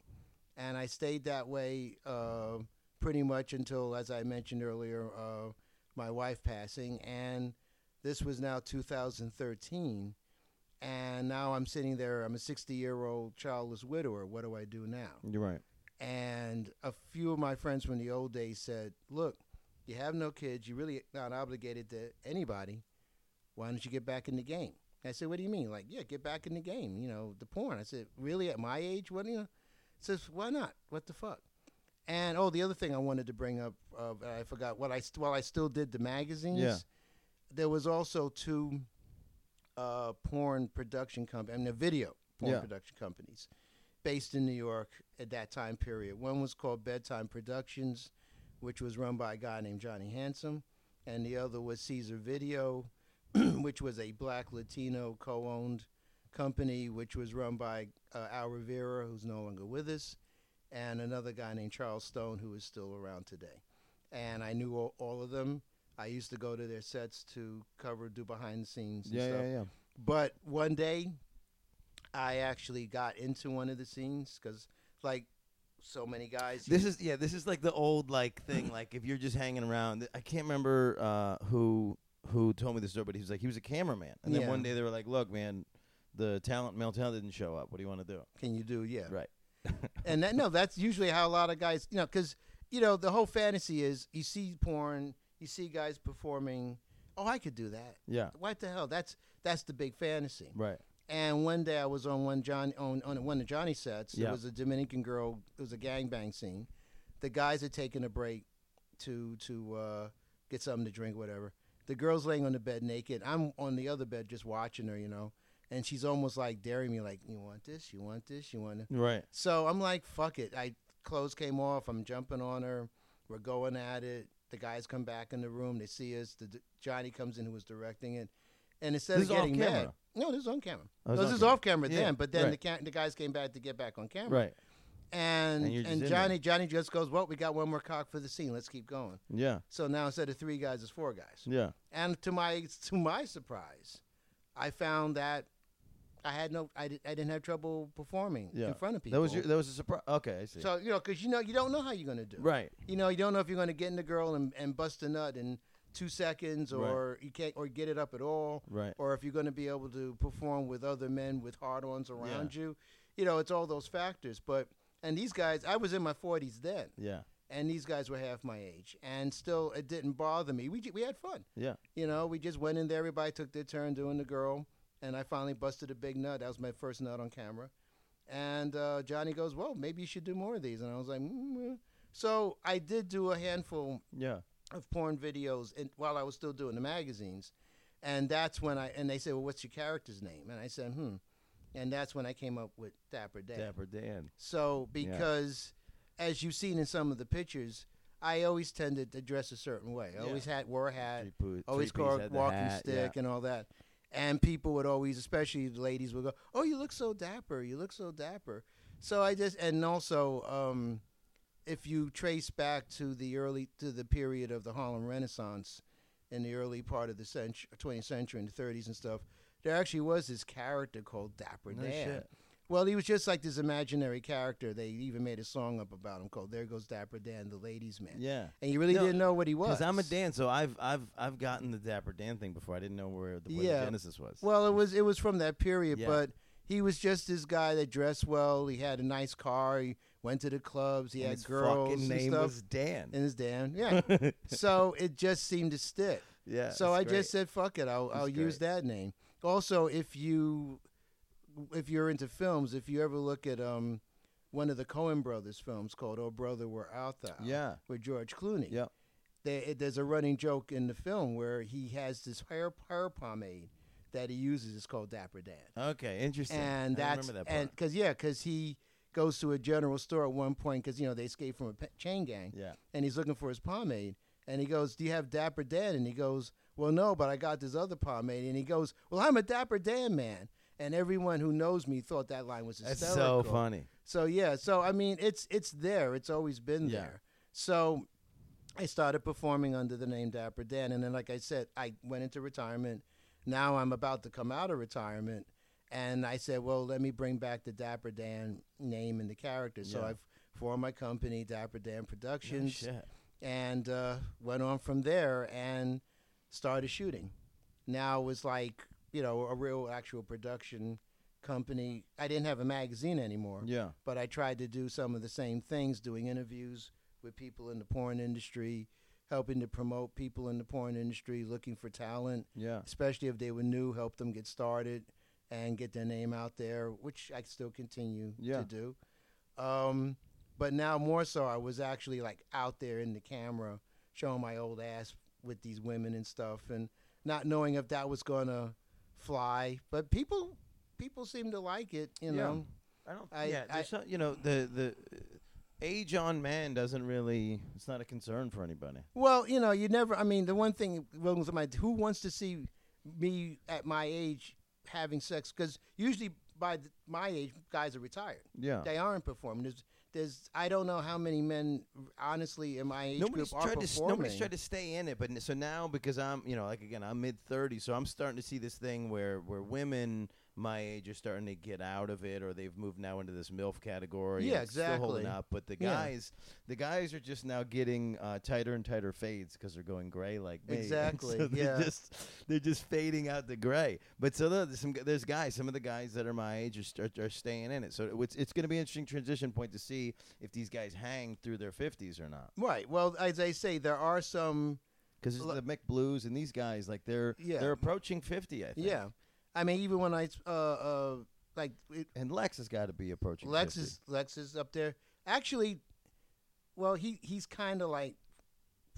Speaker 2: and I stayed that way uh, pretty much until, as I mentioned earlier, uh, my wife passing. And this was now 2013, And now I'm sitting there. I'm a 60 year old childless widower. What do I do now?
Speaker 1: You're right.
Speaker 2: And a few of my friends from the old days said, "Look, you have no kids. You're really not obligated to anybody. Why don't you get back in the game?" And I said, "What do you mean? Like, yeah, get back in the game. You know, the porn." I said, "Really? At my age? What? You know?" He says, "Why not? What the fuck?" And oh, the other thing I wanted to bring up, uh, I forgot what I st- while I still did the magazines.
Speaker 1: Yeah.
Speaker 2: There was also two uh, porn production company, I mean, the video porn
Speaker 1: Yeah.
Speaker 2: production companies, based in New York at that time period. One was called Bedtime Productions, which was run by a guy named Johnny Handsome, and the other was Caesar Video, (clears throat) which was a black Latino co-owned company, which was run by uh, Al Rivera, who's no longer with us, and another guy named Charles Stone, who is still around today. And I knew all, all of them. I used to go to their sets to cover, do behind the scenes and
Speaker 1: Yeah,
Speaker 2: stuff.
Speaker 1: yeah, yeah.
Speaker 2: But one day, I actually got into one of the scenes because, like, so many guys.
Speaker 1: This is yeah. This is like the old like thing. Like if you're just hanging around, I can't remember uh, who who told me this story, but he was like he was a cameraman, and then
Speaker 2: Yeah.
Speaker 1: one day they were like, "Look, man, the talent male talent didn't show up. What do you want to do?"
Speaker 2: can you do? Yeah,
Speaker 1: Right.
Speaker 2: and that no, that's usually how a lot of guys, you know, because you know the whole fantasy is you see porn, you see guys performing. Oh, I could do that.
Speaker 1: Yeah.
Speaker 2: What the hell? That's that's the big fantasy.
Speaker 1: Right.
Speaker 2: And one day I was on one John on, on one of Johnny sets. There
Speaker 1: Yeah.
Speaker 2: was a Dominican girl. It was a gangbang scene. The guys had taken a break to to uh, get something to drink, whatever. The girl's laying on the bed naked. I'm on the other bed just watching her, you know. And she's almost like daring me, like, "You want this? You want this? You want?" to-"
Speaker 1: Right.
Speaker 2: So I'm like, "Fuck it." I clothes came off. I'm jumping on her. We're going at it. The guys come back in the room. They see us. The, Johnny comes in, who was directing it, and instead
Speaker 1: This
Speaker 2: of
Speaker 1: is off
Speaker 2: getting mad,
Speaker 1: camera.
Speaker 2: no, this is on camera.
Speaker 1: Oh, it's on
Speaker 2: no, this is
Speaker 1: camera.
Speaker 2: off camera
Speaker 1: Yeah,
Speaker 2: then, but then
Speaker 1: right.
Speaker 2: the, ca- the guys came back to get back on camera.
Speaker 1: Right.
Speaker 2: And
Speaker 1: And you're
Speaker 2: and,
Speaker 1: just in
Speaker 2: Johnny Johnny just goes, "Well, we got one more cock for the scene. Let's keep going."
Speaker 1: Yeah.
Speaker 2: So now instead of three guys, it's four guys.
Speaker 1: Yeah.
Speaker 2: And to my to my surprise, I found that I had no I, did, I didn't have trouble performing
Speaker 1: Yeah.
Speaker 2: in front of people.
Speaker 1: That was your, that was a surprise. Okay, I see.
Speaker 2: so you know because you know you don't know how you're going to do.
Speaker 1: right.
Speaker 2: You know you don't know if you're going to get in the girl and, and bust a nut in two seconds, or you can't or get it up at all
Speaker 1: Right.
Speaker 2: or if you're going to be able to perform with other men with hard-ons around you. You know, it's all those factors. But and these guys, I was in my 40s then,
Speaker 1: Yeah.
Speaker 2: and these guys were half my age, and still it didn't bother me. We ju- we had fun.
Speaker 1: Yeah.
Speaker 2: You know, we just went in there. Everybody took their turn doing the girl, and I finally busted a big nut. That was my first nut on camera. And uh, Johnny goes, "Well, maybe you should do more of these." And I was like, mm "So I did do a handful
Speaker 1: Yeah.
Speaker 2: of porn videos and while I was still doing the magazines. And that's when I and they said, Well, what's your character's name? And I said, Hmm. And that's when I came up with Dapper Dan.
Speaker 1: Dapper Dan.
Speaker 2: So
Speaker 1: Yeah.
Speaker 2: because as you've seen in some of the pictures, I always tended to dress a certain way. I
Speaker 1: Yeah.
Speaker 2: always had wore a hat,
Speaker 1: Three po-
Speaker 2: always
Speaker 1: three-piece,
Speaker 2: wore a
Speaker 1: had the
Speaker 2: walking
Speaker 1: hat, yeah.
Speaker 2: stick and all that. And people would always, especially the ladies, would go, "Oh, you look so dapper! You look so dapper!" So I just, and also, um, if you trace back to the early to the period of the Harlem Renaissance, in the early part of the century, 20th century, in the 30s and stuff, there actually was this character called Dapper
Speaker 1: No
Speaker 2: Dan.
Speaker 1: shit.
Speaker 2: Well, he was just like this imaginary character. They even made a song up about him called "There Goes Dapper Dan, the Ladies' Man,"
Speaker 1: Yeah.
Speaker 2: and you really
Speaker 1: No,
Speaker 2: didn't know what he was.
Speaker 1: Because I'm a Dan, so I've I've I've gotten the Dapper Dan thing before. I didn't know where the, where
Speaker 2: Yeah.
Speaker 1: the genesis was.
Speaker 2: Well, it was it was from that period,
Speaker 1: Yeah.
Speaker 2: but he was just this guy that dressed well. He had a nice car. He went to the clubs. He
Speaker 1: and
Speaker 2: had
Speaker 1: his
Speaker 2: girls
Speaker 1: fucking
Speaker 2: and
Speaker 1: name
Speaker 2: stuff.
Speaker 1: was Dan.
Speaker 2: and his damn, yeah.
Speaker 1: (laughs)
Speaker 2: so it just seemed to stick.
Speaker 1: yeah.
Speaker 2: so
Speaker 1: it's
Speaker 2: I
Speaker 1: great.
Speaker 2: just said, "Fuck it, I'll,
Speaker 1: That's
Speaker 2: I'll use
Speaker 1: great.
Speaker 2: that name." Also, if you if you're into films, if you ever look at um one of the Coen Brothers films called "Oh Brother, We're Out Thou,"
Speaker 1: Yeah.
Speaker 2: with George Clooney,
Speaker 1: Yeah.
Speaker 2: there, it- there's a running joke in the film where he has this hair hair pomade that he uses. It's called Dapper Dan,
Speaker 1: Okay. Interesting. I
Speaker 2: and that's
Speaker 1: remember that part.
Speaker 2: and because yeah, because he goes to a general store at one point because you know they escaped from a pe- chain gang
Speaker 1: yeah.
Speaker 2: and he's looking for his pomade. And he goes, "Do you have Dapper Dan?" And he goes, "Well, no, but I got this other pomade." And he goes, "Well, I'm a Dapper Dan man." And everyone who knows me thought that line was
Speaker 1: That's
Speaker 2: hysterical.
Speaker 1: so funny.
Speaker 2: So yeah, so I mean, it's it's there. It's always been
Speaker 1: Yeah.
Speaker 2: there. So I started performing under the name Dapper Dan, and then like I said, I went into retirement. Now I'm about to come out of retirement, and I said, well, let me bring back the Dapper Dan name and the character. So
Speaker 1: Yeah.
Speaker 2: I've formed my company, Dapper Dan
Speaker 1: No
Speaker 2: Productions,
Speaker 1: shit.
Speaker 2: and uh, went on from there and started shooting. Now it was like you know, a real actual production company. I didn't have a magazine anymore,
Speaker 1: Yeah.
Speaker 2: but I tried to do some of the same things, doing interviews with people in the porn industry, helping to promote people in the porn industry, looking for talent,
Speaker 1: Yeah.
Speaker 2: especially if they were new, help them get started and get their name out there, which I still continue
Speaker 1: Yeah.
Speaker 2: to do. Um, but now more so, I was actually like out there in the camera showing my old ass with these women and stuff, and not knowing if that was gonna fly. But people, people seem to like it, you
Speaker 1: Yeah.
Speaker 2: know.
Speaker 1: I don't.
Speaker 2: I-
Speaker 1: yeah, there's some- you know the the uh, age on man doesn't really. It's not a concern for anybody.
Speaker 2: Well, you know, you never. I mean, the one thing when somebody who wants to see me at my age having sex because usually by the, my age guys are retired.
Speaker 1: Yeah.
Speaker 2: They aren't performing. There's, there's I don't know how many men honestly in my age
Speaker 1: Nobody's
Speaker 2: group are
Speaker 1: tried to s-
Speaker 2: performing.
Speaker 1: nobody's tried to stay in it, but n- so now because I'm you know like again I'm mid 30s, so I'm starting to see this thing where where women my age are starting to get out of it, or they've moved now into this milf category. and
Speaker 2: Yeah,
Speaker 1: it's Still holding
Speaker 2: exactly.
Speaker 1: up, but the
Speaker 2: Yeah.
Speaker 1: guys the guys are just now getting uh, tighter and tighter fades because they're going gray like me. (laughs) And
Speaker 2: Exactly,
Speaker 1: so they're
Speaker 2: yeah.
Speaker 1: just they're just fading out the gray. But so there's some gu- there's guys. Some of the guys that are my age are, st- are staying in it. So it's it's going to be an interesting transition point to see if these guys hang through their 50s or not.
Speaker 2: right. Well, as I say, there are some.
Speaker 1: Because it's
Speaker 2: Lo-
Speaker 1: the Mick Blues and these guys, like they're
Speaker 2: Yeah.
Speaker 1: they're approaching fifty, I think.
Speaker 2: Yeah, I mean, even when I uh, uh like it,
Speaker 1: And Lex has got to be approaching.
Speaker 2: Lex
Speaker 1: 50.
Speaker 2: is Lex is up there. Actually, well, he he's kind of like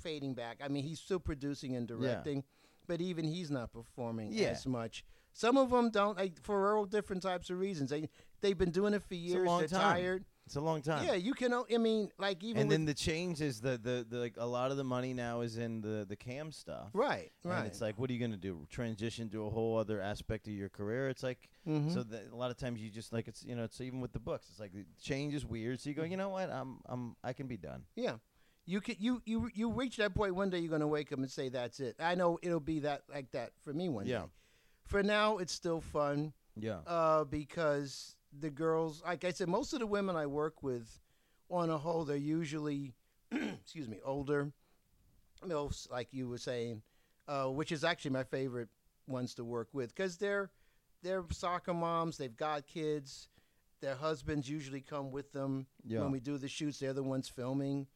Speaker 2: fading back. I mean, he's still producing and directing, but even he's not performing
Speaker 1: Yeah.
Speaker 2: as much. Some of them don't like for all different types of reasons. They they've been doing it for
Speaker 1: a
Speaker 2: years.
Speaker 1: long
Speaker 2: They're
Speaker 1: time.
Speaker 2: tired.
Speaker 1: It's a long time.
Speaker 2: Yeah, you can. o- I mean, like even
Speaker 1: And
Speaker 2: with,
Speaker 1: then the change is the, the the like a lot of the money now is in the the cam stuff.
Speaker 2: right, right.
Speaker 1: And it's like, what are you going to do? Transition to a whole other aspect of your career? It's like,
Speaker 2: Mhm.
Speaker 1: so that a lot of times you just like it's you know it's even with the books. It's like the change is weird. So you go, you know what? I'm I'm I can be done.
Speaker 2: Yeah. You can you you you reach that point one day you're gonna wake up and say that's it. I know it'll be that like that for me one
Speaker 1: Yeah.
Speaker 2: day. For now it's still fun
Speaker 1: Yeah.
Speaker 2: uh, because the girls like I said most of the women I work with on a whole they're usually (clears throat) excuse me older milfs like you were saying uh, which is actually my favorite ones to work with because they're they're soccer moms they've got kids their husbands usually come with them
Speaker 1: Yeah.
Speaker 2: when we do the shoots they're the ones filming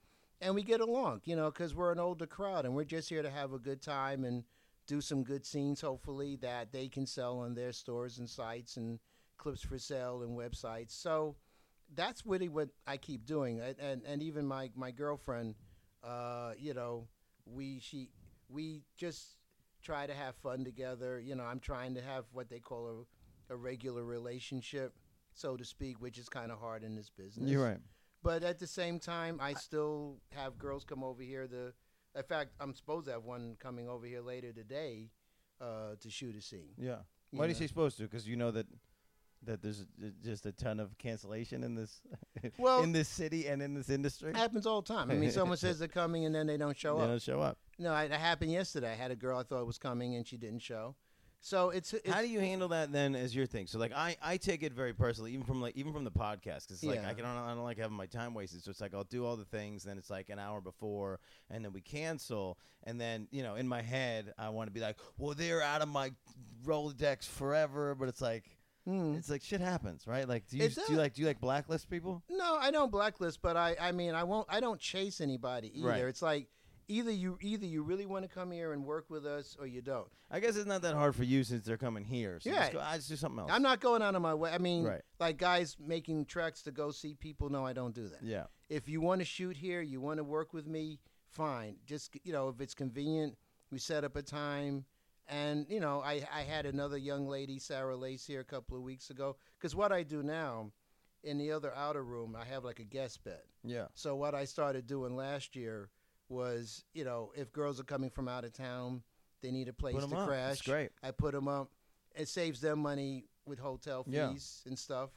Speaker 2: and we get along you know because we're an older crowd and we're just here to have a good time and do some good scenes hopefully that they can sell on their stores and sites and clips for sale and websites so that's really what i keep doing and and, and even my my girlfriend uh you know we she we just try to have fun together you know i'm trying to have what they call a, a regular relationship so to speak which is kind of hard in this business
Speaker 1: You're right.
Speaker 2: but at the same time, I still have girls come over here. To, in fact, I'm supposed to have one coming over here later today uh, to shoot a scene.
Speaker 1: Yeah.
Speaker 2: you
Speaker 1: Why do you
Speaker 2: know.
Speaker 1: say supposed to? Because you know that that there's j- just a ton of cancellation in this (laughs)
Speaker 2: Well-
Speaker 1: in this city and in this industry.
Speaker 2: It happens all the time. I mean, someone says they're coming and then they don't show
Speaker 1: they
Speaker 2: up.
Speaker 1: don't show up.
Speaker 2: No, it happened yesterday. I had a girl I thought was coming and she didn't show. So it's, it's
Speaker 1: How do you handle that then as your thing? So like I, I take it very personally, even from like even from the podcast, 'cause it's like
Speaker 2: Yeah.
Speaker 1: I can I don't, I don't like having my time wasted. So it's like I'll do all the things, then it's like an hour before, and then we cancel, and then you know in my head I want to be like, well they're out of my Rolodex forever, but it's like
Speaker 2: Hmm.
Speaker 1: it's like shit happens, right? Like do you
Speaker 2: It
Speaker 1: do you
Speaker 2: does.
Speaker 1: like do you like blacklist people?
Speaker 2: No, I don't blacklist, but I, I mean, I won't. I don't chase anybody either.
Speaker 1: Right.
Speaker 2: It's like either you either you really want to come here and work with us or you don't.
Speaker 1: I guess it's not that hard for you since they're coming here. So
Speaker 2: Yeah.
Speaker 1: just go, I just do something else.
Speaker 2: I'm not going out of my way. I mean,
Speaker 1: Oh. Right.
Speaker 2: like guys making treks to go see people. No, I don't do that.
Speaker 1: Yeah.
Speaker 2: If you want to shoot here, you want to work with me, fine. Just you know, if it's convenient, we set up a time. And you know, I I had another young lady, Sarah Lace, here a couple of weeks ago. Because what I do now, in the other outer room, I have like a guest bed.
Speaker 1: Yeah.
Speaker 2: So what I started doing last year was, you know, if girls are coming from out of town, they need a place
Speaker 1: Put 'em
Speaker 2: to
Speaker 1: up.
Speaker 2: crash.
Speaker 1: That's great.
Speaker 2: I put them up. It saves them money with hotel
Speaker 1: Yeah.
Speaker 2: fees and stuff.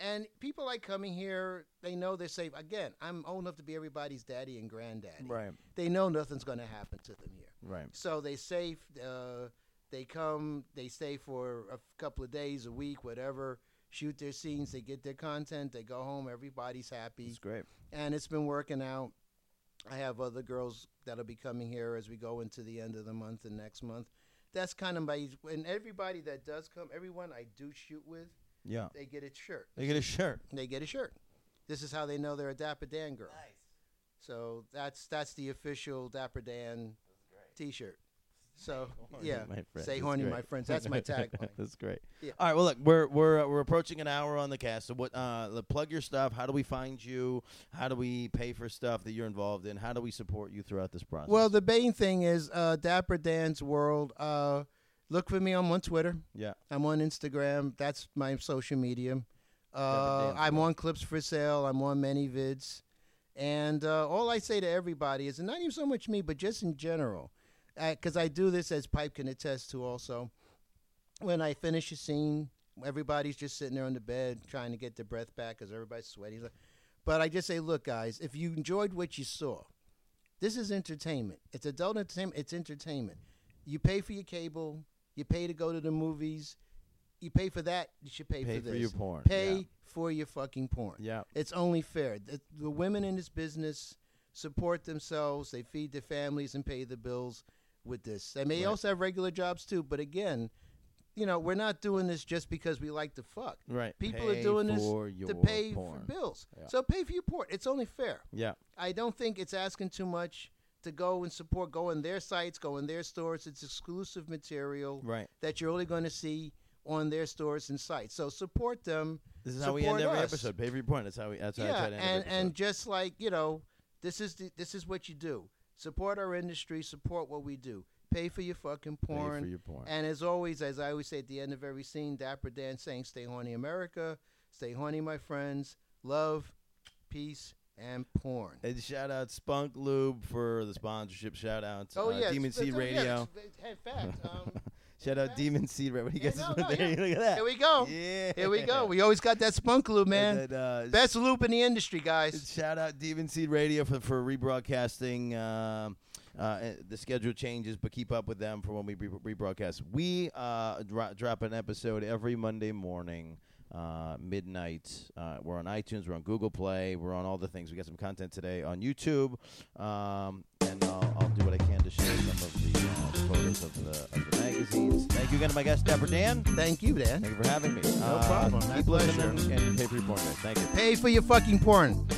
Speaker 2: And people like coming here, they know they're safe. Again, I'm old enough to be everybody's daddy and granddaddy.
Speaker 1: Right.
Speaker 2: They know nothing's going to happen to them here.
Speaker 1: Right.
Speaker 2: So they safe. Uh, they come. They stay for a f- couple of days, a week, whatever. Shoot their scenes. They get their content. They go home. Everybody's happy
Speaker 1: It's great.
Speaker 2: and it's been working out. I have other girls that'll be coming here as we go into the end of the month and next month, that's kind of my and everybody that does come, everyone I do shoot with,
Speaker 1: Yeah.
Speaker 2: they get a shirt.
Speaker 1: They get a shirt.
Speaker 2: They get a shirt. This is how they know they're a Dapper Dan girl. So that's that's the official Dapper Dan T-shirt. So yeah,
Speaker 1: my friend.
Speaker 2: say
Speaker 1: That's
Speaker 2: horny,
Speaker 1: great.
Speaker 2: my friends. That's
Speaker 1: (laughs)
Speaker 2: my tagline.
Speaker 1: That's great.
Speaker 2: Yeah.
Speaker 1: All right. Well, look, we're we're uh, we're approaching an hour on the cast. So what? Uh, look, plug your stuff. How do we find you? How do we pay for stuff that you're involved in? How do we support you throughout this process?
Speaker 2: Well, the main thing is uh, Dapper Dan's World. Uh, look for me. I'm on Twitter.
Speaker 1: yeah.
Speaker 2: I'm on Instagram. That's my social media. Uh,
Speaker 1: Dapper Dan's
Speaker 2: I'm
Speaker 1: World.
Speaker 2: on Clips for Sale. I'm on many vids. And uh, all I say to everybody is, and not even so much me, but just in general, because I do this as Pipe can attest to also. When I finish a scene, everybody's just sitting there on the bed trying to get their breath back because everybody's sweaty. But I just say, look, guys, if you enjoyed what you saw, this is entertainment. It's adult entertainment. It's entertainment. You pay for your cable. You pay to go to the movies. You pay for that. You should pay,
Speaker 1: Pay
Speaker 2: for
Speaker 1: for
Speaker 2: this.
Speaker 1: your porn.
Speaker 2: Pay
Speaker 1: Yeah.
Speaker 2: for your fucking porn.
Speaker 1: Yeah.
Speaker 2: It's only fair. The, the women in this business support themselves. They feed their families and pay the bills with this. They may
Speaker 1: Right.
Speaker 2: also have regular jobs too. But again, you know, we're not doing this just because we like to fuck.
Speaker 1: Right.
Speaker 2: People
Speaker 1: Pay
Speaker 2: are doing this
Speaker 1: for your
Speaker 2: to pay
Speaker 1: porn.
Speaker 2: for bills.
Speaker 1: Yeah.
Speaker 2: So pay for your porn. It's only fair.
Speaker 1: Yeah.
Speaker 2: I don't think it's asking too much to go and support, go in their sites, go in their stores. It's exclusive material
Speaker 1: Right.
Speaker 2: that you're only going to see on their stores and sites. So support them.
Speaker 1: This is how we end
Speaker 2: Support
Speaker 1: every
Speaker 2: us.
Speaker 1: episode. Pay for your porn. That's how we. That's how I
Speaker 2: yeah,
Speaker 1: try to end every
Speaker 2: and and
Speaker 1: episode.
Speaker 2: just like you know, this is the, this is what you do. Support our industry. Support what we do. Pay for your fucking porn.
Speaker 1: Pay for your porn.
Speaker 2: And as always, as I always say at the end of every scene, Dapper Dan saying, "Stay horny, America. Stay horny, my friends. Love, peace, and porn."
Speaker 1: And shout out Spunk Lube for the sponsorship. Shout out
Speaker 2: Oh
Speaker 1: uh,
Speaker 2: yeah,
Speaker 1: Demon
Speaker 2: it's-
Speaker 1: Seed
Speaker 2: it's-
Speaker 1: Radio.
Speaker 2: yeah, it's- it's- in
Speaker 1: (laughs)
Speaker 2: fact, um,
Speaker 1: shout out Demon Seed Radio. What do you
Speaker 2: Yeah,
Speaker 1: guys
Speaker 2: no,
Speaker 1: put
Speaker 2: no,
Speaker 1: there?
Speaker 2: yeah.
Speaker 1: Look at that.
Speaker 2: here we go.
Speaker 1: Yeah.
Speaker 2: Here we
Speaker 1: (laughs)
Speaker 2: go. We always got that spunk loop, man.
Speaker 1: And then, uh,
Speaker 2: Best loop in the industry, guys.
Speaker 1: Shout out Demon Seed Radio for, for rebroadcasting. Um, uh, the schedule changes, but keep up with them for when we re- rebroadcast. We uh, dro- drop an episode every Monday morning, uh, midnight. Uh, we're on iTunes, we're on Google Play, we're on all the things. We got some content today on YouTube, um, and I'll, I'll do what I can to share some of the uh, photos of the, of the magazines. Thank you again to my guest, Dapper Dan.
Speaker 2: Thank you, Dan.
Speaker 1: Thank you for having me. No
Speaker 2: problem. My
Speaker 1: Keep
Speaker 2: pleasure.
Speaker 1: listening and pay for your porn. guys. Thank you.
Speaker 2: Pay for your fucking porn.